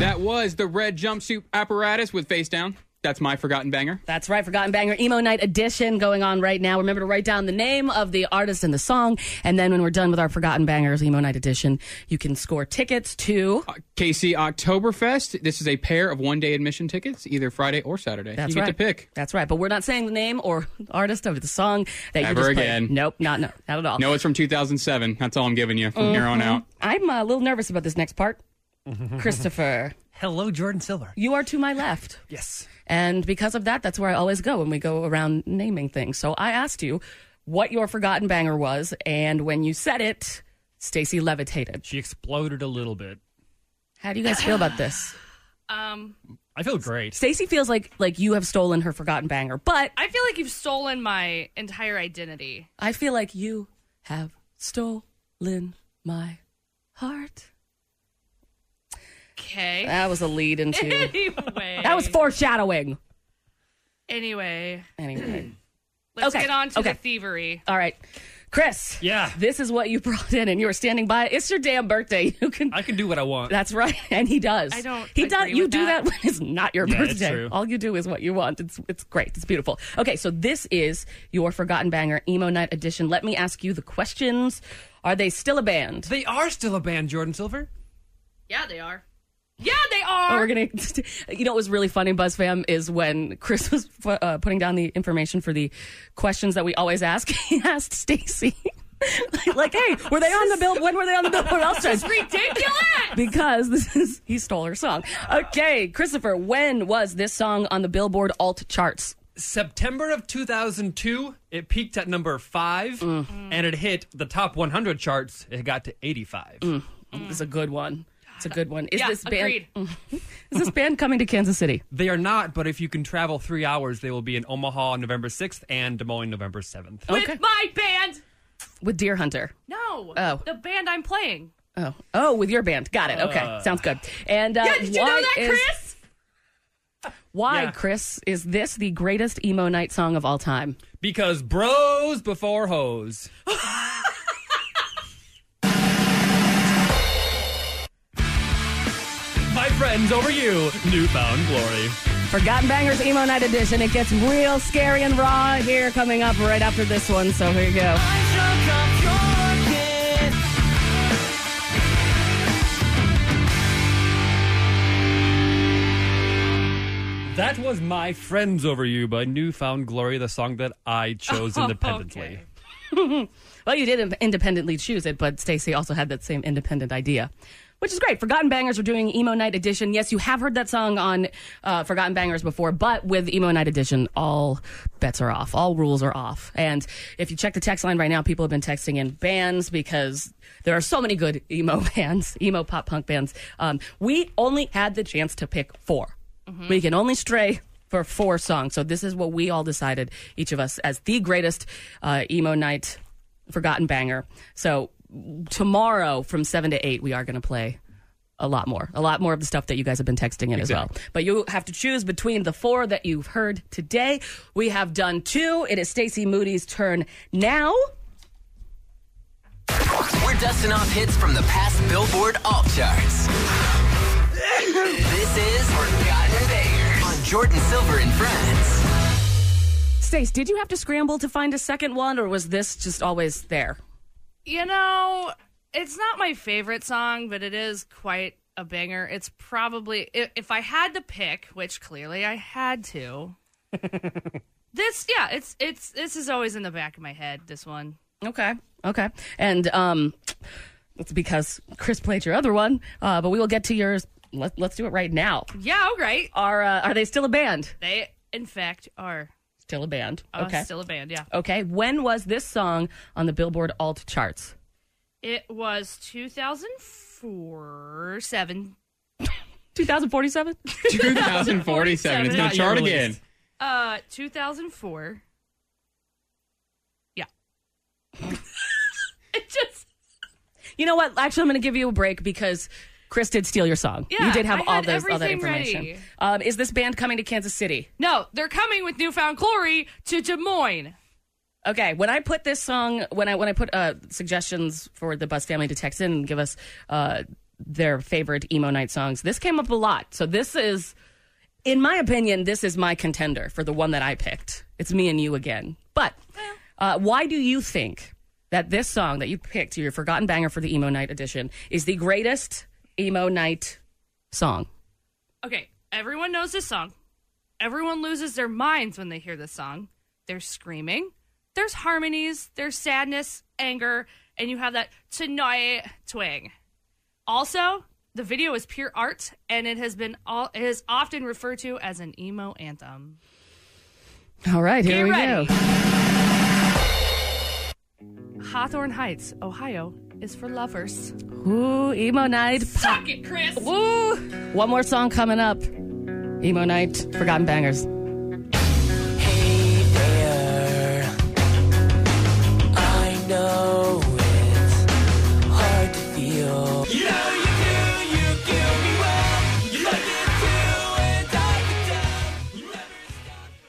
C: That was the red jumpsuit apparatus with face down. That's my forgotten banger.
B: That's right, Forgotten Banger Emo Night Edition going on right now. Remember to write down the name of the artist and the song. And then when we're done with our Forgotten Bangers Emo Night Edition, you can score tickets to.
C: KC Oktoberfest. This is a pair of one day admission tickets, either Friday or Saturday.
B: That's
C: you get
B: right.
C: to pick.
B: That's right. But we're not saying the name or artist of the song that you
C: Ever
B: just played.
C: again.
B: Nope, not no, not at all.
C: No, it's from 2007. That's all I'm giving you
B: Oh,
C: from here on out.
B: I'm uh, a little nervous about this next part. Christopher,
E: Hello, Jordan Silver.
B: you are to my left.
E: Yes.
B: And because of that, that's where I always go when we go around naming things. So I asked you what your forgotten banger was, and when you said it, Stacy levitated.
E: She exploded a little bit.
B: How do you guys feel about this?
D: Um,
E: I feel great.
B: Stacy feels like like you have stolen her forgotten banger, but
D: I feel like you've stolen my entire identity.
B: I feel like you have stolen my heart.
D: Okay.
B: That was a lead into.
D: anyway.
B: That was foreshadowing.
D: Anyway,
B: Anyway.
D: let's
B: Okay,
D: get on to
B: okay.
D: the thievery.
B: All right. Chris.
E: Yeah.
B: This is what you brought in and you were standing by. it. It's your damn birthday. You can
E: I can do what I want.
B: That's right. And he does.
D: I don't
B: He does
D: agree
B: you
D: with
B: do that
D: that.
B: when it's not your
E: Yeah,
B: birthday.
E: it's true.
B: All you do is what you want. It's it's great. It's beautiful. Okay, so this is your Forgotten Banger Emo Night edition. Let me ask you the questions. Are they still a band?
E: They are still a band, Jordan Silver.
D: Yeah, they are. Yeah, they
B: Oh,
D: are.
B: we're gonna. You know, what was really funny, BuzzFam, is when Chris was uh, putting down the information for the questions that we always ask. He asked Stacy, like, "Hey, were they on the bill? When were they on the Billboard All Stars?"
D: Ridiculous.
B: Because this is he stole her song. Okay, Christopher, when was this song on the Billboard Alt charts?
E: September of 2002, it peaked at number five, and it hit the top 100 charts. It got to 85.
B: This is a good one. It's a good one. Is
D: yeah,
B: this band? Mm-hmm.
D: agreed.
B: Is this band coming to Kansas City?
E: They are not, but if you can travel three hours, they will be in Omaha on November 6th and Des Moines November 7th.
B: Okay.
D: With my band.
B: With Deer Hunter.
D: No.
B: Oh.
D: The band I'm playing.
B: Oh, oh, with your band. Got it. Okay, sounds good. And uh,
D: Yeah, did you know
B: why
D: that,
B: is-
D: Chris?
B: Why,
E: Yeah.
B: Chris, is this the greatest emo night song of all time?
E: Because bros before hoes. my friends over you. Newfound glory.
B: Forgotten Bangers Emo Night Edition. It gets real scary and raw here coming up right after this one. So here you go.
E: That was my friends over you by Newfound Glory, the song that I chose independently.
D: Okay.
B: Well, you did independently choose it, but Stacey also had that same independent idea, which is great. Forgotten Bangers are doing Emo Night Edition. Yes, you have heard that song on uh, Forgotten Bangers before, but with Emo Night Edition, all bets are off. All rules are off. And if you check the text line right now, people have been texting in bands because there are so many good emo bands, emo pop punk bands. Um, we only had the chance to pick 4 We can only stray for four songs. So this is what we all decided, each of us, as the greatest uh, emo night forgotten banger. So tomorrow from seven to eight, we are going to play a lot more, a lot more of the stuff that you guys have been texting in as well. But you have to choose between the four that you've heard today. We have done two. It is Stacey Moody's turn now.
F: We're dusting off hits from the past Billboard Alt charts. this is Forgotten Bangers on Jordan Silver and Friends.
B: Stace, did you have to scramble to find a second one, or was this just always there?
D: You know, it's not my favorite song, but it is quite a banger. It's probably i- if I had to pick, which clearly I had to. this, yeah, it's it's this is always in the back of my head. This one,
B: Okay. Okay. And um, it's because Chris played your other one, uh, but we will get to yours. Let, let's do it right now.
D: yeah, all right.
B: Are uh, are they still a band?
D: They, in fact, are
B: Still a band.
D: uh,
B: okay.
D: still a band. Yeah,
B: okay. When was this song on the Billboard Alt charts?
D: it was 2004, seven.
B: 2047.
C: 2047. It's going
D: Not
C: to
D: your
C: chart
D: release.
C: again.
D: Uh, 2004. Yeah. it just.
B: you know what? Actually, I'm going to give you a break because Chris did steal your song.
D: Yeah,
B: you did have
D: I
B: all
D: had
B: those all that
D: everything
B: information.
D: ready.
B: Um, is this band coming to Kansas City?
D: No, they're coming with newfound glory to Des Moines.
B: Okay, when I put this song, when I when I put uh, suggestions for the Buzz family to text in and give us uh, their favorite emo night songs, this came up a lot. So this is, in my opinion, this is my contender for the one that I picked. It's me and you again. But uh, why do you think that this song that you picked, your forgotten banger for the emo night edition, is the greatest emo night song?
D: Okay, everyone knows this song. Everyone loses their minds when they hear this song. They're screaming. There's harmonies, there's sadness, anger, and you have that tonight twang. Also, the video is pure art and it has been all it is often referred to as an emo anthem.
B: All right, here
D: Get
B: we
D: ready.
B: go.
D: Hawthorne Heights, Ohio is for lovers.
B: Ooh, emo night.
D: Suck it, Chris.
B: Woo! One more song coming up. Emo Night, Forgotten Bangers.
J: Hey there. I know it's hard to feel. You know you do, you give me well. You like it too, and I can tell. You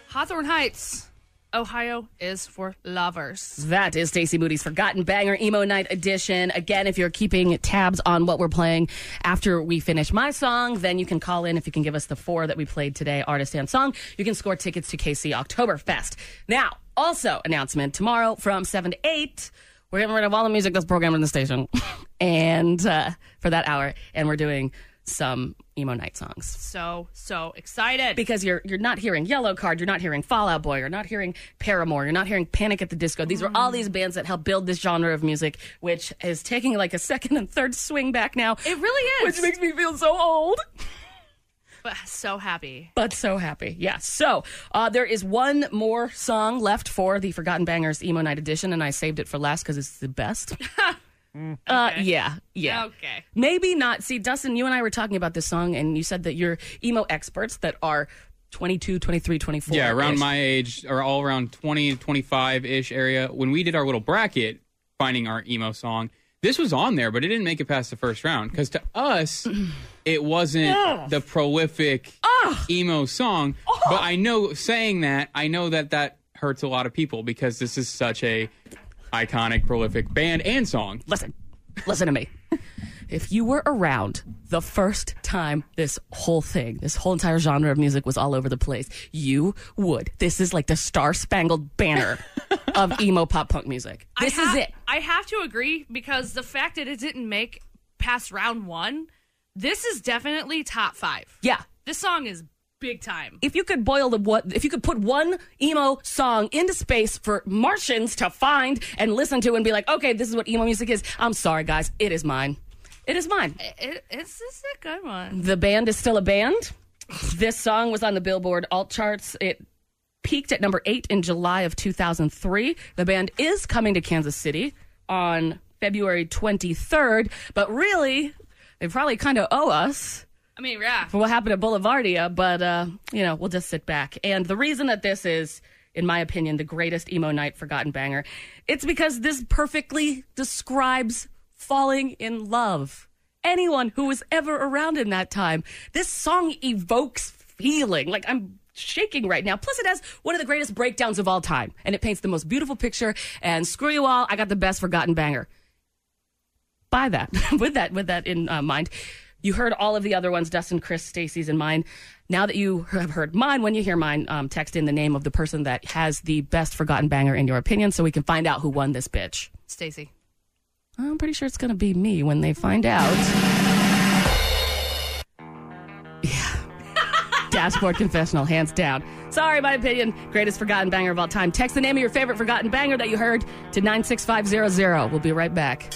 D: Hawthorne Heights, Ohio is for lovers.
B: That is Stacey Moody's Forgotten Banger Emo Night edition. Again, if you're keeping tabs on what we're playing after we finish my song, then you can call in if you can give us the four that we played today, artist and song. You can score tickets to KC Oktoberfest. Now, also announcement tomorrow from 7 to 8. We're getting rid of all the music that's programmed in the station, and uh, for that hour, and we're doing some emo night songs.
D: So, so excited.
B: because you're you're not hearing Yellow Card, you're not hearing Fallout Boy, you're not hearing Paramore, you're not hearing Panic at the Disco. These were all these bands that helped build this genre of music, which is taking like a second and third swing back now,
D: it really is.
B: which makes me feel so old.
D: But so happy.
B: But so happy. Yeah. So uh, there is one more song left for the Forgotten Bangers Emo Night Edition, and I saved it for last because it's the best. uh, yeah. Yeah.
D: Okay.
B: Maybe not. See, Dustin, you and I were talking about this song, and you said that you're emo experts that are 22, 23, 24.
C: Yeah, around my age, or all around 20, 25 ish area. When we did our little bracket, finding our emo song, this was on there, but it didn't make it past the first round because to us, it wasn't the prolific emo song. But I know saying that, I know that that hurts a lot of people because this is such a iconic, prolific band and song.
B: listen, listen to me. if you were around the first time this whole thing, this whole entire genre of music was all over the place, you would. This is like the star spangled banner of emo pop punk music. This
D: I
B: is
D: have,
B: it.
D: I have to agree because the fact that it didn't make past round one, this is definitely top five.
B: Yeah.
D: This song is big time.
B: If you could boil the what, if you could put one emo song into space for Martians to find and listen to and be like, okay, this is what emo music is. I'm sorry, guys, it is mine. It is mine.
D: It, it's this is a good one.
B: The band is still a band. This song was on the Billboard alt charts. It peaked at number eight in July of 2003. The band is coming to Kansas City on February 23rd, but really, they probably kind of owe us
D: I mean, yeah.
B: for what happened at Boulevardia, but, uh, you know, we'll just sit back. And the reason that this is, in my opinion, the greatest emo night forgotten banger, it's because this perfectly describes falling in love. Anyone who was ever around in that time, this song evokes feeling. Like, I'm shaking right now. Plus, it has one of the greatest breakdowns of all time, and it paints the most beautiful picture. And screw you all, I got the best forgotten banger buy that with that with that in uh, mind you heard all of the other ones dustin chris stacy's and mine now that you have heard mine when you hear mine um, text in the name of the person that has the best forgotten banger in your opinion so we can find out who won this bitch
D: Stacy.
B: i'm pretty sure it's going to be me when they find out yeah dashboard confessional hands down sorry my opinion greatest forgotten banger of all time text the name of your favorite forgotten banger that you heard to 96500 we'll be right back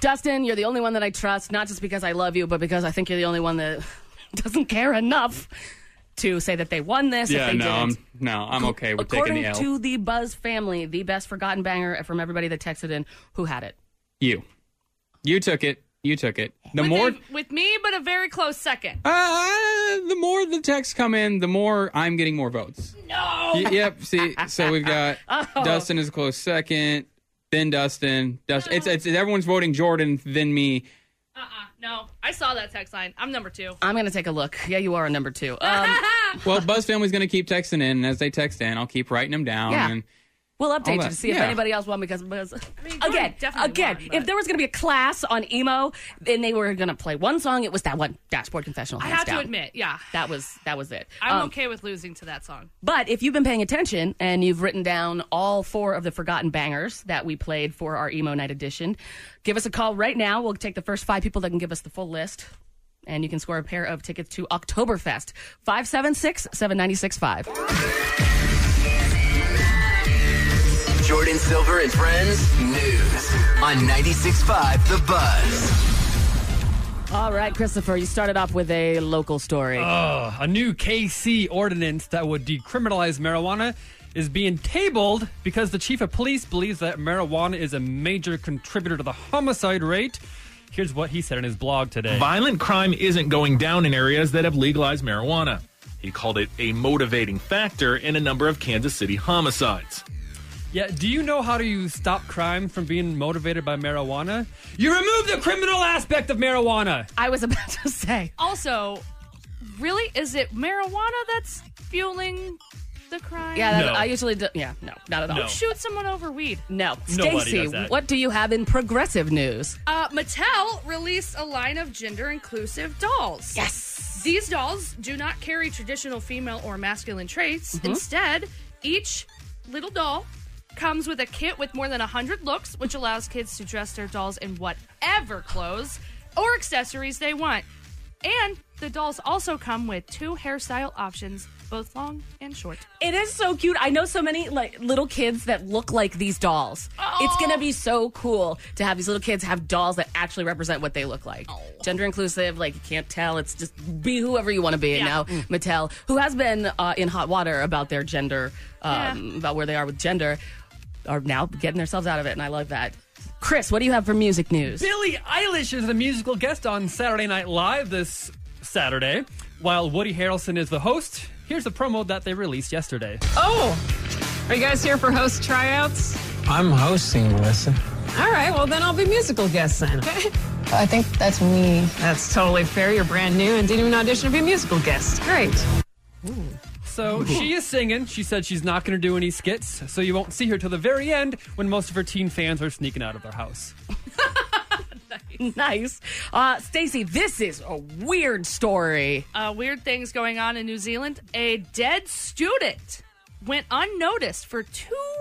B: Dustin, you're the only one that I trust, not just because I love you, but because I think you're the only one that doesn't care enough to say that they won this. if
C: yeah,
B: they
C: no,
B: didn't.
C: I'm, no, I'm okay with taking
B: According
C: the L.
B: to the Buzz family, the best forgotten banger from everybody that texted in who had it.
C: you, you took it. You took it. The more
D: With me, but a very close second.
C: Uh, the more the texts come in, the more I'm getting more votes.
D: No.
C: Y- yep. See, so we've got
D: Oh.
C: Dustin is a close second, then Dustin. Dustin. It's, it's everyone's voting Jordan, then me.
D: Uh-uh. No. I saw that text line. I'm number two.
B: I'm going to take a look. Yeah, you are a number two. Um,
C: Well, Buzz Family's gonna keep texting in, and as they text in, I'll keep writing them down.
B: Yeah.
C: And
B: We'll
C: All
B: update you
C: that.
B: to see if
C: Yeah.
B: anybody else won because because- again, again, if there was going to be a class on emo and they were going to play one song, it was that one Dashboard Confessional.
D: I
B: hands
D: have to
B: down.
D: admit, yeah.
B: that was that was it.
D: I'm
B: Um,
D: okay with losing to that song.
B: But if you've been paying attention and you've written down all four of the forgotten bangers that we played for our emo night edition, give us a call right now. We'll take the first five people that can give us the full list, and you can score a pair of tickets to Oktoberfest. 576 7965.
F: Jordan Silver and Friends News on 96.5 The Buzz.
B: All right, Christopher, you started off with a local story.
E: Ugh, a new KC ordinance that would decriminalize marijuana is being tabled because the chief of police believes that marijuana is a major contributor to the homicide rate. Here's what he said in his blog today.
K: Violent crime isn't going down in areas that have legalized marijuana. He called it a motivating factor in a number of Kansas City homicides.
E: Yeah, do you know how do you stop crime from being motivated by marijuana? You remove the criminal aspect of marijuana.
B: I was about to say.
D: Also, really, is it marijuana that's fueling the crime?
B: Yeah, that, I usually do. Yeah, no, not at all.
D: Who shoots someone over weed?
B: No.
D: Nobody
B: Stacy,
D: does that.
B: what do you have in progressive news?
D: Uh, Mattel released a line of gender inclusive dolls.
B: Yes.
D: These dolls do not carry traditional female or masculine traits. Instead, each little doll comes with a kit with more than 100 looks, which allows kids to dress their dolls in whatever clothes or accessories they want. And the dolls also come with two hairstyle options, both long and short.
B: It is so cute. I know so many like little kids that look like these dolls. It's gonna be so cool to have these little kids have dolls that actually represent what they look like. Gender inclusive, like you can't tell. It's just be whoever you want to be. And Now Mattel, who has been uh, in hot water about their gender, um, about where they are with gender, are now getting themselves out of it, and I love that. Chris, what do you have for music news?
E: Billie Eilish is the musical guest on Saturday Night Live this Saturday, while Woody Harrelson is the host. Here's the promo that they released yesterday.
L: Oh, are you guys here for host tryouts?
M: I'm hosting, Melissa.
L: All right, well, then I'll be musical guest then. I think that's me. That's totally fair. You're brand new and didn't even audition to be a musical guest. Great.
E: So she is singing. She said she's not going to do any skits, so you won't see her till the very end when most of her teen fans are sneaking out of their house.
B: nice. Uh, Stacy, this is a weird story.
D: Uh, weird things going on in New Zealand. A dead student went unnoticed for two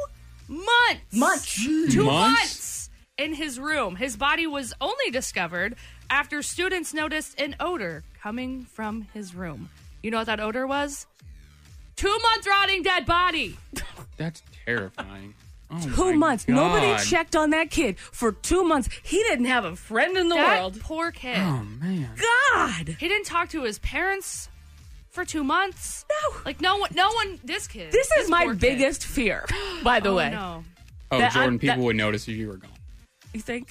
D: months.
B: Months.
D: Two
B: Months?
D: months in his room. His body was only discovered after students noticed an odor coming from his room. You know what that odor was? Two month rotting dead body.
C: That's terrifying. Oh
B: Two
C: my
B: months. Nobody
C: God.
B: checked on that kid for two months. He didn't have a friend in the
D: that
B: world.
D: Poor kid.
C: Oh man.
B: God.
D: He didn't talk to his parents for two months. No. Like no one no one this kid.
B: This is my
D: poor kid.
B: biggest fear, by the
D: Oh,
B: way.
D: No.
C: Oh,
B: That-
C: Jordan,
B: I'm-
C: people
B: that-
C: would notice if you were gone.
B: You think?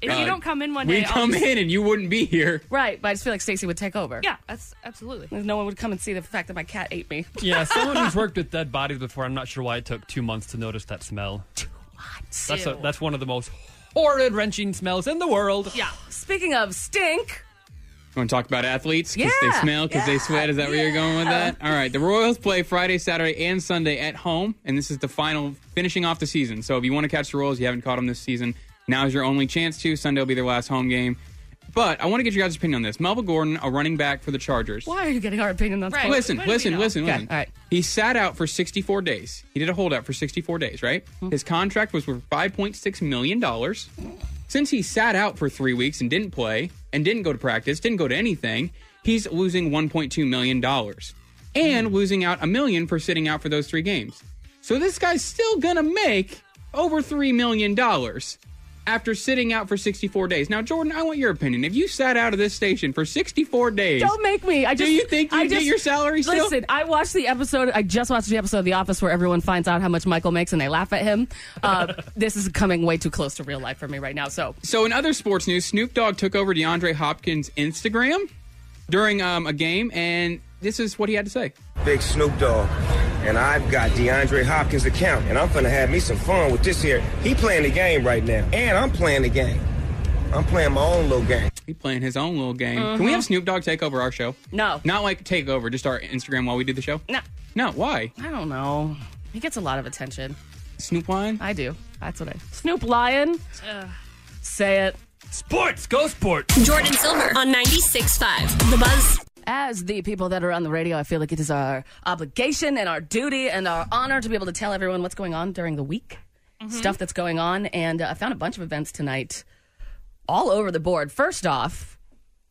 D: If you
C: Uh,
D: don't come in one
C: we
D: day, I'll
C: come
D: just-
C: in and you wouldn't be here.
B: Right, but I just feel like Stacy would take over.
D: Yeah, that's absolutely.
B: No one would come and see the fact that my cat ate me.
E: Yeah, someone who's worked with dead bodies before, I'm not sure why it took two months to notice that smell. Two months. That's, a,
B: Ew.
E: that's one of the most horrid, wrenching smells in the world.
B: Yeah. Speaking of stink,
C: You want to talk about athletes because
B: Yeah,
C: they smell, because they sweat? Is that where you're going with that? All right. The Royals play Friday, Saturday, and Sunday at home, and this is the final, finishing off the season. So if you want to catch the Royals, you haven't caught them this season. Now's your only chance to. Sunday will be their last home game. But I want to get your guys' opinion on this. Melvin Gordon, a running back for the Chargers.
B: why are you getting our opinion on sports?
C: Listen, listen, listen,
B: Okay,
C: listen.
B: All right.
C: He sat out for 64 days. He did a holdout for 64 days, right?
B: Mm-hmm.
C: His contract was for 5.6 million dollars. Since he sat out for 3 weeks and didn't play and didn't go to practice, didn't go to anything, he's losing 1.2 million dollars
B: Mm.
C: and losing out a million for sitting out for those 3 games. So this guy's still going to make over 3 million dollars after sitting out for 64 days. Now Jordan, I want your opinion. If you sat out of this station for 64 days,
B: Don't make me. I
C: Do
B: just,
C: you think you
B: I
C: get
B: just-
C: your salary still?
B: Listen, I watched the episode. I just watched the episode of The Office where everyone finds out how much Michael makes and they laugh at him. Uh, this is coming way too close to real life for me right now. So
C: So in other sports news, Snoop Dogg took over DeAndre Hopkins' Instagram during um, a game, and this is what he had to say.
M: Big Snoop Dogg. And I've got DeAndre Hopkins' account, and I'm finna have me some fun with this here. He playing the game right now, and I'm playing the game. I'm playing my own little game.
C: He playing his own little game. Can we have Snoop Dogg take over our show?
B: Uh-huh. No.
C: Not like take over, just our Instagram while we do the show?
B: No.
C: No, why?
B: I don't know. He gets a lot of attention.
C: Snoop Lion?
B: I do. That's what I. Snoop Lion. Say it.
E: Sports, go sports.
N: Jordan Silver on 96.5. The Buzz.
B: As the people that are on the radio, I feel like it is our obligation and our duty and our honor to be able to tell everyone what's going on during the week, stuff that's going on. And uh, I found a bunch of events tonight all over the board. First off,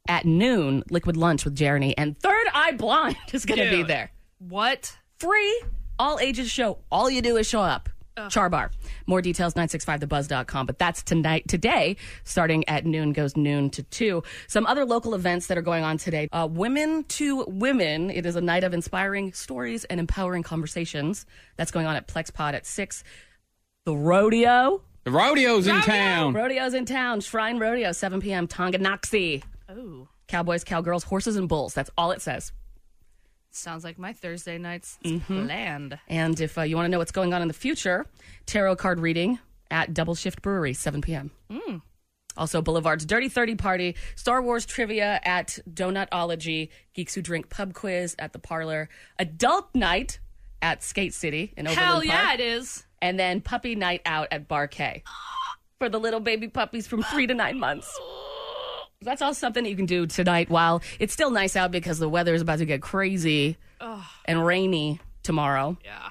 B: at noon, Liquid Lunch with Jeremy and Third Eye Blind is going to be
D: Dude.
B: there.
D: What?
B: Free, all ages show. All you do is show up. Char Bar. More details, 965thebuzz.com. But that's tonight. Today, starting at noon, goes noon to 2. Some other local events that are going on today. Uh, women to Women. It is a night of inspiring stories and empowering conversations. That's going on at PlexPod at 6. The rodeo.
C: The rodeo's in town.
B: Rodeo's in town. Shrine Rodeo, 7 p.m. Tonganoxie.
D: Oh.
B: Cowboys, cowgirls, horses, and bulls. That's all it says.
D: Sounds like my Thursday nights planned.
B: And if uh, you want to know what's going on in the future, tarot card reading at Double Shift Brewery, 7 p.m.
D: Mm.
B: Also, Boulevard's Dirty 30 Party, Star Wars Trivia at Donutology, Geeks Who Drink Pub Quiz at the Parlor, Adult Night at Skate City in Overland
D: Hell yeah,
B: Park,
D: it is.
B: and then Puppy Night Out at Bar K for the little baby puppies from three to nine months. That's all something that you can do tonight while it's still nice out because the weather is about to get crazy
D: Ugh.
B: and rainy tomorrow.
D: Yeah.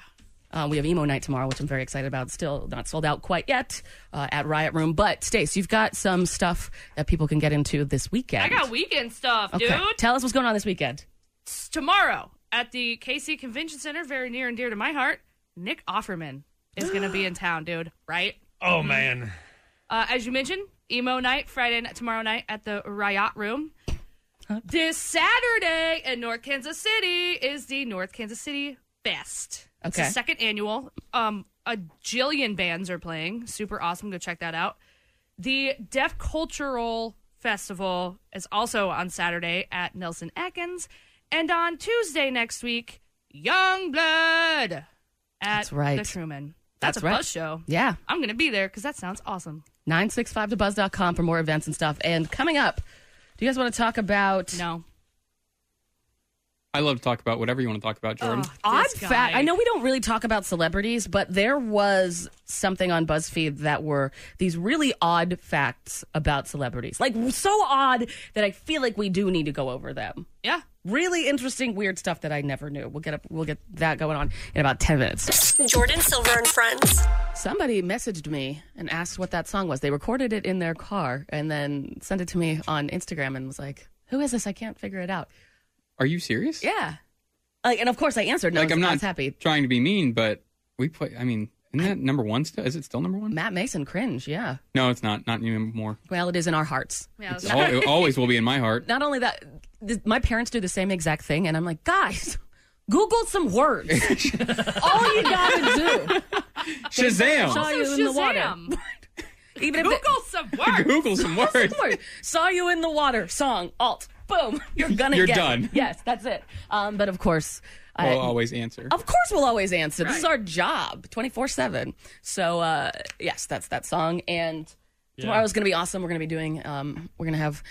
B: Uh, we have emo night tomorrow, which I'm very excited about. Still not sold out quite yet uh, at Riot Room. But, Stace, you've got some stuff that people can get into this weekend.
D: I got weekend stuff,
B: Okay.
D: dude.
B: Tell us what's going on this weekend.
D: It's tomorrow at the KC Convention Center, very near and dear to my heart, Nick Offerman is going to be in town, dude. Right?
E: Oh, man.
D: Uh, as you mentioned, emo night Friday night, tomorrow night at the Riot Room. This Saturday in North Kansas City is the North Kansas City Fest. It's the
B: Okay.
D: second annual. Um, a jillion bands are playing. Super awesome. Go check that out. The Deaf Cultural Festival is also on Saturday at Nelson Atkins, and on Tuesday next week, Youngblood at
B: That's right.
D: the Truman. That's, a
B: right.
D: buzz show.
B: Yeah.
D: I'm gonna be there because that sounds awesome.
B: 965thebuzz.com for more events and stuff. And coming up, do you guys want to talk about.
D: No.
C: I love to talk about whatever you want to talk about, Jordan.
B: Odd
D: This
B: fact.
D: guy.
B: I know we don't really talk about celebrities, but there was something on BuzzFeed that were these really odd facts about celebrities. Like, so odd that I feel like we do need to go over them.
D: Yeah.
B: Really interesting, weird stuff that I never knew. We'll get up, we'll get that going on in about 10 minutes.
N: Jordan Silver and Friends.
B: Somebody messaged me and asked what that song was. They recorded it in their car and then sent it to me on Instagram and was like, Who is this? I can't figure it out.
C: Are you serious?
B: Yeah. Like, and of course I answered. No,
C: like I'm
B: I
C: not
B: was happy.
C: trying to be mean, but we play. I mean, isn't that number one still? Is it still number one?
B: Matt Mason cringe, yeah.
C: No, it's not. Not anymore.
B: Well, it is in our hearts.
C: It's al- it always will be in my heart.
B: Not only that, th- my parents do the same exact thing, and I'm like, guys, Google some words. All you gotta do. Saw
C: Shazam!
B: you in the water.
D: Shazam.
B: Even if
D: Google some words.
C: Google some
B: Google
C: words.
B: words. Saw you in the water. Song. Alt. Boom. You're gonna.
C: You're
B: get it.
C: done.
B: Yes, that's it. Um, but of course, I-
C: I'll always answer.
B: Of course, we'll always answer. This is our job, twenty four seven. So uh, yes, that's that song. And tomorrow's going to be awesome. We're going to be doing. Um, we're going to have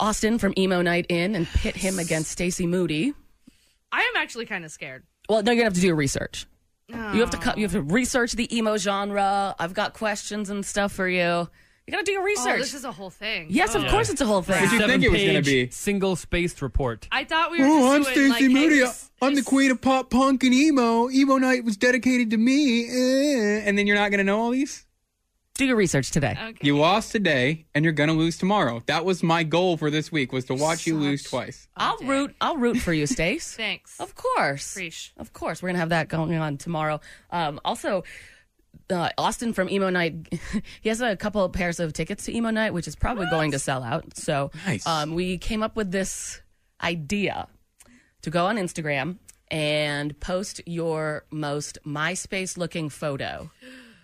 B: Austin from Emo Night in and pit him against Stacy Moody.
D: I am actually kind of scared.
B: Well, no, you're going to have to do your research. You have to co- you have to research the emo genre. I've got questions and stuff for you. You got to do your research.
D: Oh, this is a whole thing.
B: Yes, of
D: Oh.
B: course it's a whole thing.
C: Did you think it was going to be?
E: Single spaced report.
D: I thought we were
C: Oh,
D: just doing like hey,
C: I'm the queen of pop punk and emo. Emo night was dedicated to me. eh. And then you're not going to know all these?
B: Do your research today.
C: You lost today, and you're going to lose tomorrow. That was my goal for this week was to watch you lose twice.
D: Uh,
B: I'll root. I'll root for you, Stace.
D: Thanks.
B: Of course. Of course. We're gonna have that going on tomorrow. Um, also, uh, Austin from Emo Night, he has a couple of pairs of tickets to Emo Night, which is probably going to sell out. So,
J: Nice.
B: um, we came up with this idea to go on Instagram and post your most MySpace-looking photo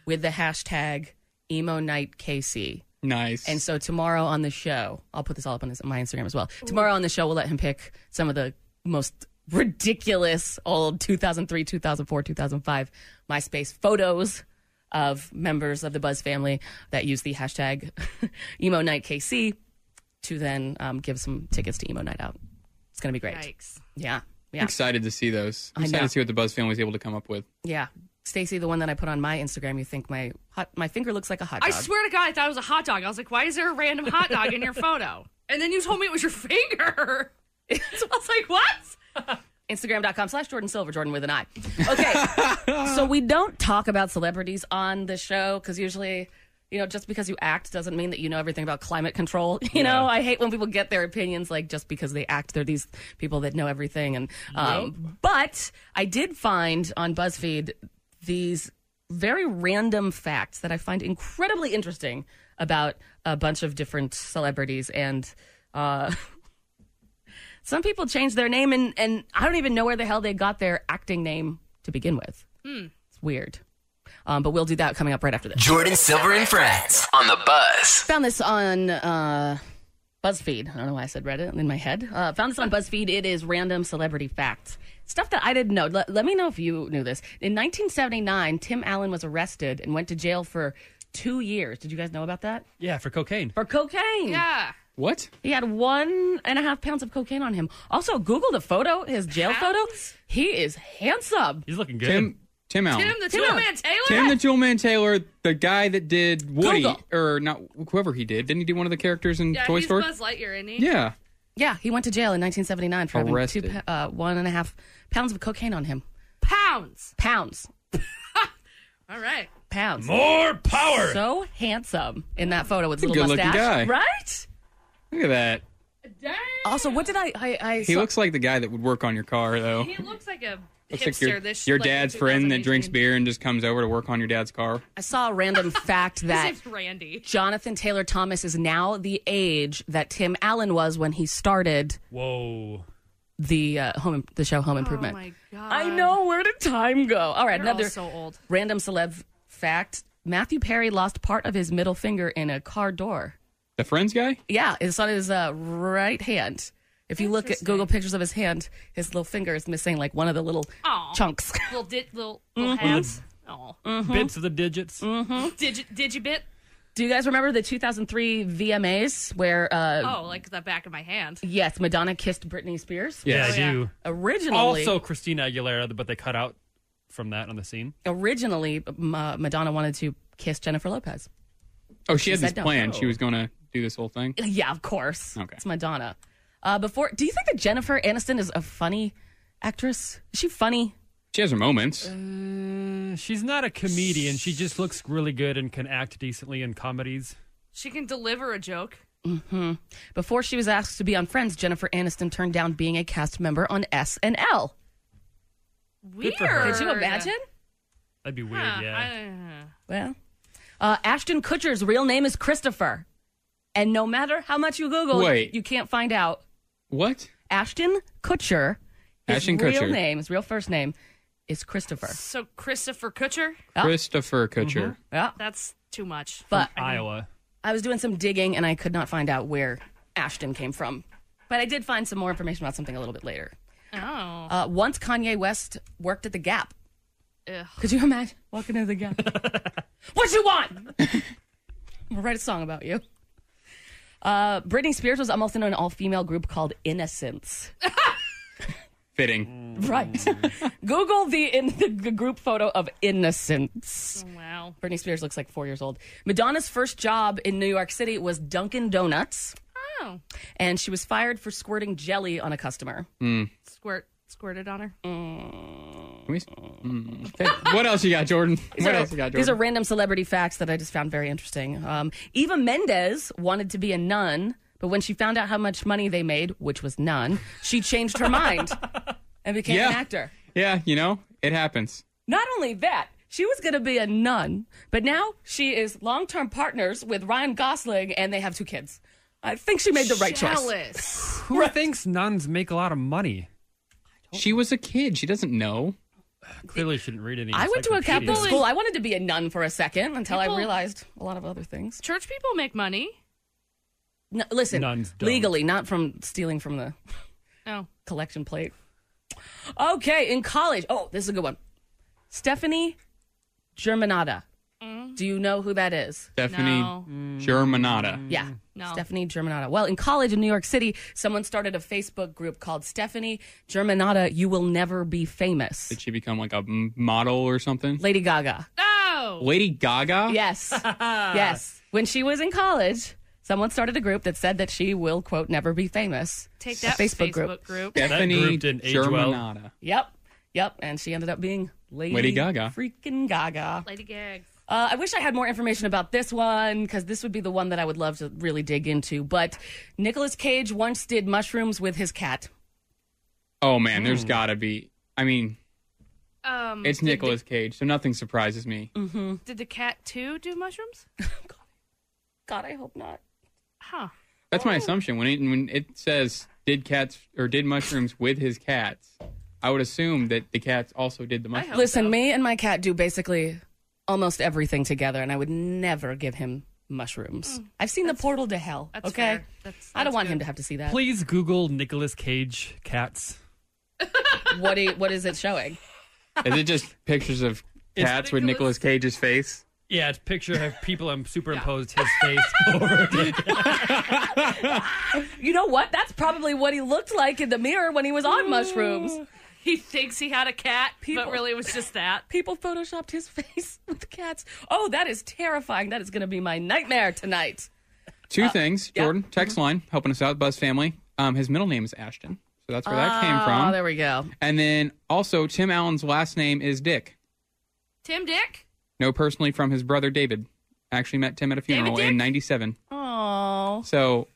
B: with the hashtag Emo Night KC.
C: Nice.
B: And so tomorrow on the show, I'll put this all up on his, my Instagram as well. Tomorrow on the show, we'll let him pick some of the most ridiculous old 2003, 2004, 2005 MySpace photos of members of the Buzz family that use the hashtag emo night KC to then um, give some tickets to emo night out. It's going to be great. Yeah. Yeah.
C: I'm excited to see those. I'm
B: I
C: excited
B: know.
C: to see what the Buzz family was able to come up with.
B: Yeah. Stacy, the one that I put on my Instagram, you think my hot, my finger looks like a hot
D: I
B: dog.
D: swear to God, I thought it was a hot dog. I was like, why is there a random hot dog in your photo? And then you told me it was your finger. so I was like, what?
B: Instagram.com slash Jordan Silver, Jordan with an I. Okay. so we don't talk about celebrities on the show because usually, you know, just because you act doesn't mean that you know everything about climate control. You know, I hate when people get their opinions like just because they act, they're these people that know everything. And, um, but I did find on BuzzFeed these very random facts that I find incredibly interesting about a bunch of different celebrities and, uh, some people change their name and, and I don't even know where the hell they got their acting name to begin with.
D: Hmm.
B: It's weird. Um, but we'll do that coming up right after this.
F: Jordan Silver and Friends on the Buzz.
B: Found this on uh, BuzzFeed. I don't know why I said Reddit in my head. Uh, found this on BuzzFeed. It is random celebrity facts. Stuff that I didn't know. Let- let me know if you knew this. In 1979, Tim Allen was arrested and went to jail for two years. Did you guys know about that?
E: Yeah, for cocaine.
B: For cocaine.
D: Yeah.
C: What?
B: He had one and a half pounds of cocaine on him. Also, Google the photo, his jail photo. He is handsome.
E: He's looking
C: Tim, Tim Allen.
D: Tim the
B: Tim.
D: Tool Man Taylor?
C: Tim the Toolman Taylor, the guy that did Woody,
B: Google.
C: or not whoever he did. Didn't he do one of the characters in
D: yeah,
C: Toy
D: he's
C: Story?
D: Buzz Lightyear, isn't he?
C: Yeah.
B: Yeah, he went to jail in 1979 for
C: Arrested.
B: having two, pa- uh, one and a half pounds of cocaine on him.
D: Pounds.
B: Pounds.
D: All right.
B: Pounds.
D: More power.
B: So handsome in that photo with his
C: He's a
B: little
C: good-looking
B: mustache.
C: guy.
B: Right?
C: Look at that.
B: Also, what did I. I, I
C: He
B: saw-
C: looks like the guy that would work on your car, though.
D: He looks like a
C: Looks
D: hipster.
C: like your,
D: this
C: your
D: like,
C: dad's friend that drinks beer and just comes over to work on your dad's car.
B: I saw a random fact that
D: name's Randy.
B: Jonathan Taylor Thomas is now the age that Tim Allen was when he started
E: Whoa.
B: the uh, home the show Home Improvement.
D: Oh my God.
B: I know where did time go? All right,
D: They're all
B: another
D: so old.
B: random celeb fact: Matthew Perry lost part of his middle finger in a car door.
C: The friends guy?
B: Yeah, it's on his uh, right hand. If you look at Google pictures of his hand, his little finger is missing like one of the little
D: Aw.
B: chunks.
D: little, di- little, little
B: Mhm.
E: Mm-hmm.
D: halves. Aw.
E: Bits of the digits.
B: Mm-hmm.
D: Digi- digibit.
B: Do you guys remember the 2003 VMAs where? Uh,
D: oh, like the back of my hand.
B: Yes, Madonna kissed Britney Spears.
E: Oh, Yeah, I do.
B: Originally,
E: also Christina Aguilera, but they cut out from that on the scene.
B: originally Ma- Madonna wanted to kiss Jennifer Lopez.
C: Oh, she had
B: She said
C: this
B: no.
C: plan. She
B: Oh.
C: was going to do this whole thing.
B: Yeah, of course.
C: Okay.
B: It's Madonna. Uh, before, do you think that Jennifer Aniston is a funny actress? Is she funny?
C: She has her moments.
E: Uh, she's not a comedian. She just looks really good and can act decently in comedies.
D: She can deliver a joke.
B: hmm Before she was asked to be on Friends, Jennifer Aniston turned down being a cast member on SNL.
D: Weird.
B: for her. Could you imagine?
E: That'd be weird. yeah.
B: Well, uh, Ashton Kutcher's real name is Christopher, and no matter how much you Google,
C: Wait.
B: you can't find out.
C: What?
B: Ashton Kutcher. His
C: Ashton
B: real
C: Kutcher.
B: name, his real first name, is Christopher.
D: So Christopher Kutcher.
B: Yeah.
C: Christopher Kutcher.
B: Yeah.
D: That's too much.
B: But
E: Iowa.
B: I was doing some digging and I could not find out where Ashton came from. But I did find some more information about something a little bit later.
D: Oh.
B: Uh, once Kanye West worked at the Gap.
D: Ugh.
B: Could you imagine walking into the Gap? what you want? I'm gonna write a song about you. Uh, Britney Spears was almost in an all-female group called Innocence.
C: Fitting.
B: Right. Google the in the, g- group photo of Innocence.
D: wow.
B: Britney Spears looks like four years old. Madonna's first job in New York City was Dunkin' Donuts,
D: Oh.
B: and she was fired for squirting jelly on a customer.
C: Mm.
D: Squirt. Squirted on her.
C: Can we s- mm. Hey, what else you got, Jordan?
B: These
C: what
B: are,
C: else you got, Jordan?
B: these are random celebrity facts that I just found very interesting. Um, Eva Mendes wanted to be a nun, but when she found out how much money they made, which was none, she changed her mind and became an
C: Yeah.
B: actor.
C: yeah, you know, it happens.
B: Not only that, she was going to be a nun, but now she is long term partners with Ryan Gosling and they have two kids. I think she made the right choice.
D: Jealous.
E: Who thinks nuns make a lot of money?
C: She was a kid. She doesn't know.
E: Clearly, shouldn't read any.
B: I went to a Catholic
E: encyclopedias.
B: school. I wanted to be a nun for a second until I
D: People-
B: realized a lot of other things.
D: Church people make money.
B: No, listen,
E: Nuns don't.
B: legally, not from stealing from the
D: Oh, No.
B: collection plate. Okay, in college. Oh, this is a good one. Stephanie Germanata.
C: Mm.
B: Do you know who that is?
C: Stephanie Germanata.
B: Yeah. Stephanie Germanata. Well, in college in New York City, someone started a Facebook group called Stephanie Germanata, You Will Never Be Famous.
C: Did she become like a m- model or something?
B: Lady Gaga.
D: Oh.
C: Lady Gaga?
B: Yes. yes. When she was in college, someone started a group that said that she will, quote, never be famous.
D: Take
B: A
D: that
B: Facebook, group.
D: group.
E: That
C: Stephanie
E: group didn't age well.
C: Germanata.
B: Yep. Yep. And she ended up being Lady,
C: Lady Gaga.
B: Freaking Gaga.
D: Lady Gags.
B: Uh, I wish I had more information about this one because this would be the one that I would love to really dig into. But Nicolas Cage once did mushrooms with his cat.
C: Oh man, there's gotta be. I mean,
D: Um,
C: it's
D: did the-
C: Nicolas Cage, so nothing surprises me.
B: Mm-hmm.
D: Did the cat too do mushrooms?
B: God, I hope not.
D: Huh.
C: That's
D: Oh.
C: my assumption. When it, when it says did cats or did mushrooms with his cats, I would assume that the cats also did the mushrooms.
B: Listen, me and my cat do basically almost everything together, and I would never give him mushrooms. I've seen the portal to hell.
D: That's
B: okay,
D: fair. That's-
B: I don't
D: that's
B: want
D: good.
B: him to have to see that.
E: Please Google Nicolas Cage cats.
B: What do you- what is it showing?
C: Is it just pictures of
E: It's
C: cats with Nicolas Cage's face?
E: Yeah, it's picture of people um, superimposed his face over.
B: You know what? That's probably what he looked like in the mirror when he was on mushrooms.
D: He thinks he had a cat,
B: People-
D: but really it was just that.
B: People photoshopped his face with cats. Oh, that is terrifying. That is going to be my nightmare tonight.
D: Uh,
C: Two things,
D: Mm-hmm.
C: Jordan. Text line helping us out. Buzz family. Um, his middle name is Ashton, so that's where that came
B: Oh,
C: from.
B: there we go.
C: And then also Tim Allen's last name is Dick.
D: Tim Dick?
C: No, personally from his brother David. I actually met Tim at a funeral in '97.
B: Oh.
C: So,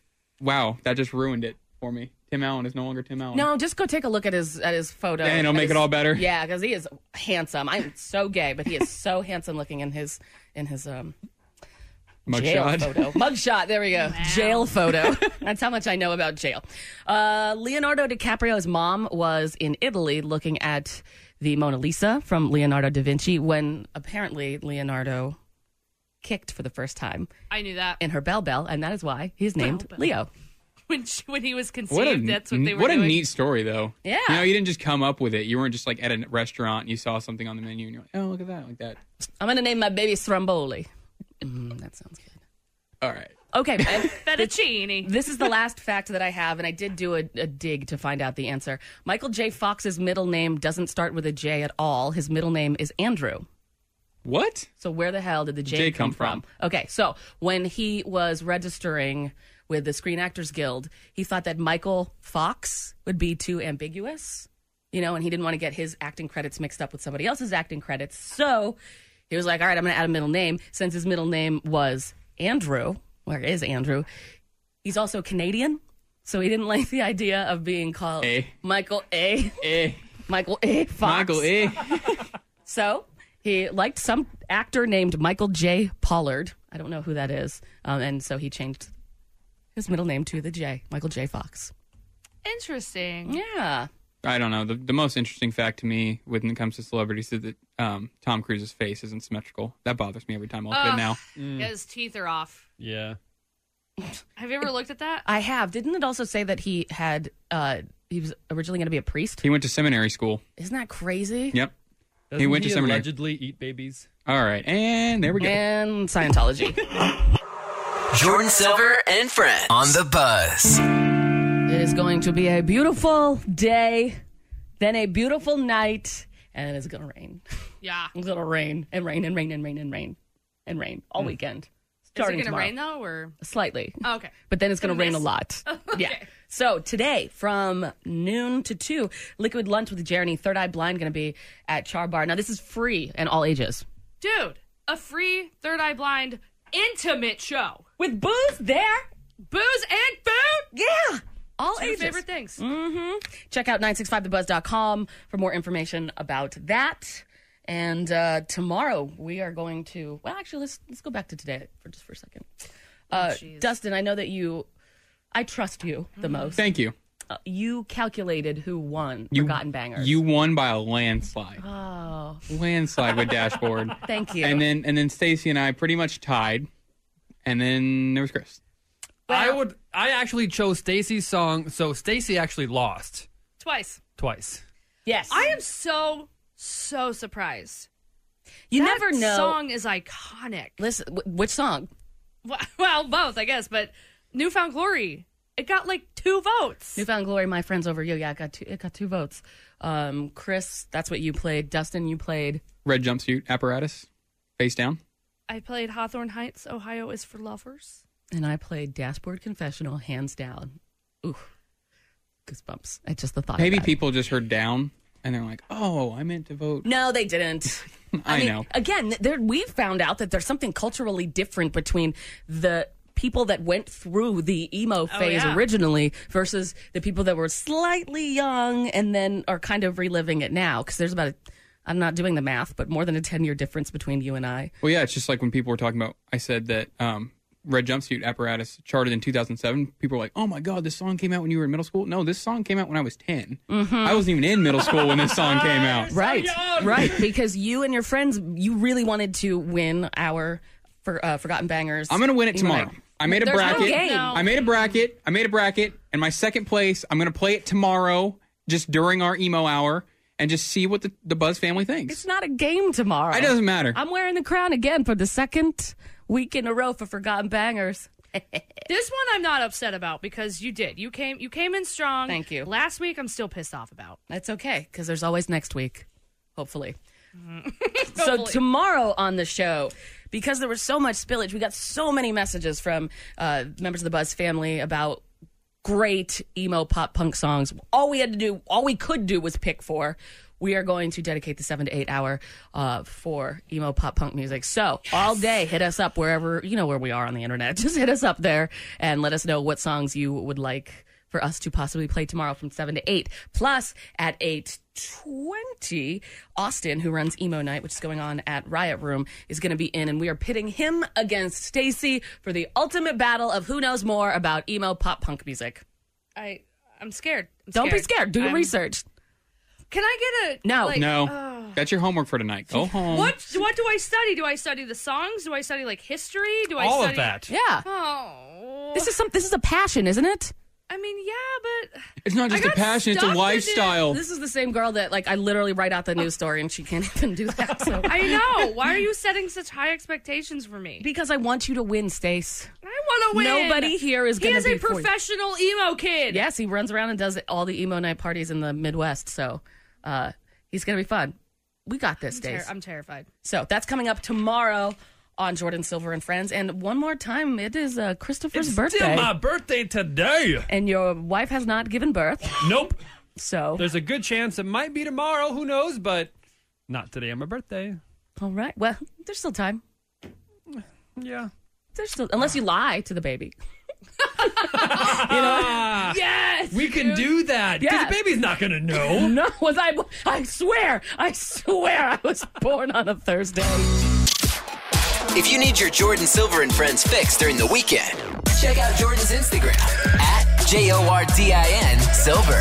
C: wow, that just ruined it for me. Tim Allen is no longer Tim Allen.
B: No, just go take a look at his at his photo.
C: Yeah, it'll
B: At
C: make
B: his-
C: it all better.
B: Yeah, because he is handsome. I'm so gay, but he is so handsome looking in his in his um
C: Mugshot.
B: jail photo. Mugshot. There we go. Jail photo. That's how much I know about jail. Uh, Leonardo DiCaprio's mom was in Italy looking at the Mona Lisa from Leonardo da Vinci when apparently Leonardo kicked for the first time
D: I knew that.
B: in her bell bell, and that is why he's named Leo.
D: When she, when he was conceived,
C: What a,
D: that's what they were
C: what a
D: doing.
C: neat story, though.
D: Yeah.
C: You know, you didn't just come up with it. You weren't just like at a restaurant and you saw something on the menu and you're like, oh, look at that, like that.
B: I'm gonna name my baby Stromboli. Mm, that sounds good.
C: All right.
B: Okay.
D: Fettuccine.
B: This is the last fact that I have, and I did do a, a dig to find out the answer. Michael J. Fox's middle name doesn't start with a J at all. His middle name is Andrew.
C: What?
B: So where the hell did the J,
C: J come from?
B: Okay, so when he was registering with the Screen Actors Guild, he thought that Michael Fox would be too ambiguous, you know, and he didn't want to get his acting credits mixed up with somebody else's acting credits. So he was like, all right, I'm going to add a middle name. Since his middle name was Andrew, where is Andrew? He's also Canadian, so he didn't like the idea of being called
C: A.
B: Michael A.
C: A.
B: Michael A. Fox.
C: Eh. Michael eh. A.
B: So he liked some actor named Michael J. Pollard. I don't know who that is. Um, and so he changed his middle name to the J, Michael J. Fox.
D: Interesting.
B: Yeah.
C: I don't know. The, the most interesting fact to me when it comes to celebrities is that um, Tom Cruise's face isn't symmetrical. That bothers me every time I look at it
D: Ugh.
C: now.
D: Yeah, his teeth are off.
C: Yeah.
D: Have you ever looked at that?
B: I have. Didn't it also say that he had, uh, he was originally going to be a priest?
C: He went to seminary school.
B: Isn't that crazy?
C: Yep. he
E: Doesn't
C: went
E: he
C: to seminary.
E: Allegedly eat babies.
C: All right. And there we go.
B: And Scientology.
F: Jordan Silver and friends on the buzz.
B: It is going to be a beautiful day, then a beautiful night, and it's going to rain.
D: Yeah.
B: It's going to rain and rain and rain and rain and rain and rain all weekend. Starting
D: Is it gonna
B: tomorrow.
D: rain though, or
B: Slightly.
D: Oh, okay?
B: But then it's going to rain
D: Gonna
B: a
D: miss.
B: lot. Yeah. So today from noon to two, Liquid Lunch with Jeremy, Third Eye Blind going to be at Char Bar. Now, this is free and all ages.
D: Dude, a free Third Eye Blind intimate show
B: with booze there,
D: booze and food.
B: Yeah, all
D: It's your
B: ages.
D: favorite things.
B: Mm-hmm. Check out 965thebuzz.com for more information about that. And uh, tomorrow we are going to, well, actually, let's, let's go back to today for just for a second. Uh, Dustin, I know that you, I trust you the most.
C: Thank you.
B: Uh, you calculated who won
C: You-
B: Forgotten Bangers.
C: You won by a landslide.
B: Oh,
C: landslide with dashboard.
B: thank you.
C: And then and then Stacy and I pretty much tied. And then there was Chris.
E: I would. I actually chose Stacy's song, so Stacy actually lost
D: Twice.
E: twice.
B: Yes.
D: I am so so surprised.
B: You
D: That
B: never know.
D: Song is iconic.
B: Listen, wh- which song?
D: Wh- Well, both, I guess, but Newfound Glory. It got like two votes.
B: Newfound Glory, My Friends Over You. Yeah, it got two, it got two votes. Um, Chris, that's what you played. Dustin, you played.
C: Red jumpsuit apparatus. Face down.
D: I played Hawthorne Heights, Ohio is for lovers.
B: And I played Dashboard Confessional, hands down. Ooh, goosebumps. I just the thought.
C: Maybe
B: of that.
C: people just heard down and they're like, Oh, I meant to vote.
B: No, they didn't.
C: I
B: mean,
C: know.
B: Again, there, we've found out that there's something culturally different between the people that went through the emo
D: Oh,
B: phase
D: yeah.
B: originally versus the people that were slightly young and then are kind of reliving it now. Because there's about a, I'm not doing the math, but more than a 10 year difference between you and I.
C: Well, yeah, it's just like when people were talking about. I said that um, red jumpsuit apparatus charted in 2007. People were like, "Oh my god, this song came out when you were in middle school." No, this song came out when I was 10. I wasn't even in middle school when this song came out.
B: Right, right. Because you and your friends, you really wanted to win our for, uh, Forgotten Bangers.
C: I'm gonna win it
B: emo
C: tomorrow.
B: night.
C: I made a
B: There's no
C: bracket.
B: game.
C: I made a bracket. I made a bracket, and my second place. I'm gonna play it tomorrow, just during our emo hour, and just see what the, the Buzz family thinks.
B: It's not a game tomorrow.
C: It doesn't matter.
B: I'm wearing the crown again for the second week in a row for Forgotten Bangers.
D: This one I'm not upset about because you did. You came you came in strong.
B: Thank you.
D: Last week I'm still pissed off about.
B: That's okay, because there's always next week, hopefully. so
D: Hopefully.
B: tomorrow on the show, because there was so much spillage, we got so many messages from uh, members of the Buzz family about great emo pop punk songs. All we had to do, all we could do, was pick four. We are going to dedicate the seven to eight hour uh, for emo pop punk music. So all day, hit us up wherever you know where we are on the internet. Just hit us up there and let us know what songs you would like for us to possibly play tomorrow from 7 to 8. Plus, at 8.20, Austin, who runs Emo Night, which is going on at Riot Room, is going to be in, and we are pitting him against Stacy for the ultimate battle of who knows more about emo pop punk music.
D: I I'm scared. I'm
B: Don't be
D: scared.
B: scared. Do your
D: I'm-
B: research.
D: Can I get a
B: No.
D: like,
C: no,
D: ugh.
C: that's your homework for tonight. Go home.
D: what what do I study? Do I study the songs? Do I study like history? Do I
C: All of
D: study
C: that.
B: Yeah.
D: Oh.
B: This is some. This is a passion, isn't it?
O: I mean, yeah, but
C: It's not just a passion, it's a lifestyle.
B: This is the same girl that like I literally write out the news story and she can't even do that. So
O: I know. Why are you setting such high expectations for me?
B: Because I want you to win, Stace.
O: I want to win.
B: Nobody here is
O: He
B: gonna
O: is
B: be
O: a
B: for you.
O: professional emo kid.
B: Yes, he runs around and does all the emo night parties in the Midwest. So uh, he's going to be fun. We got this,
O: I'm, ter-
B: Dave.
O: I'm terrified.
B: so that's coming up tomorrow on Jordan Silver and Friends. And one more time, it is uh, Christopher's birthday.
E: Still my birthday today.
B: and your wife has not given birth.
E: Nope.
B: So
E: There's a good chance it might be tomorrow. Who knows? But not today on my birthday.
B: All right. Well, there's still time.
E: Yeah.
B: There's still, unless you lie to the baby.
E: Ah,
B: Yes,
E: We can
B: dude.
E: do that. Because
B: Yes.
E: the baby's not going to know.
B: No, was I? I swear, I swear, I was born on a Thursday.
F: If you need your Jordan Silver and Friends fix during the weekend, check out Jordan's Instagram at J O R D I N Silver.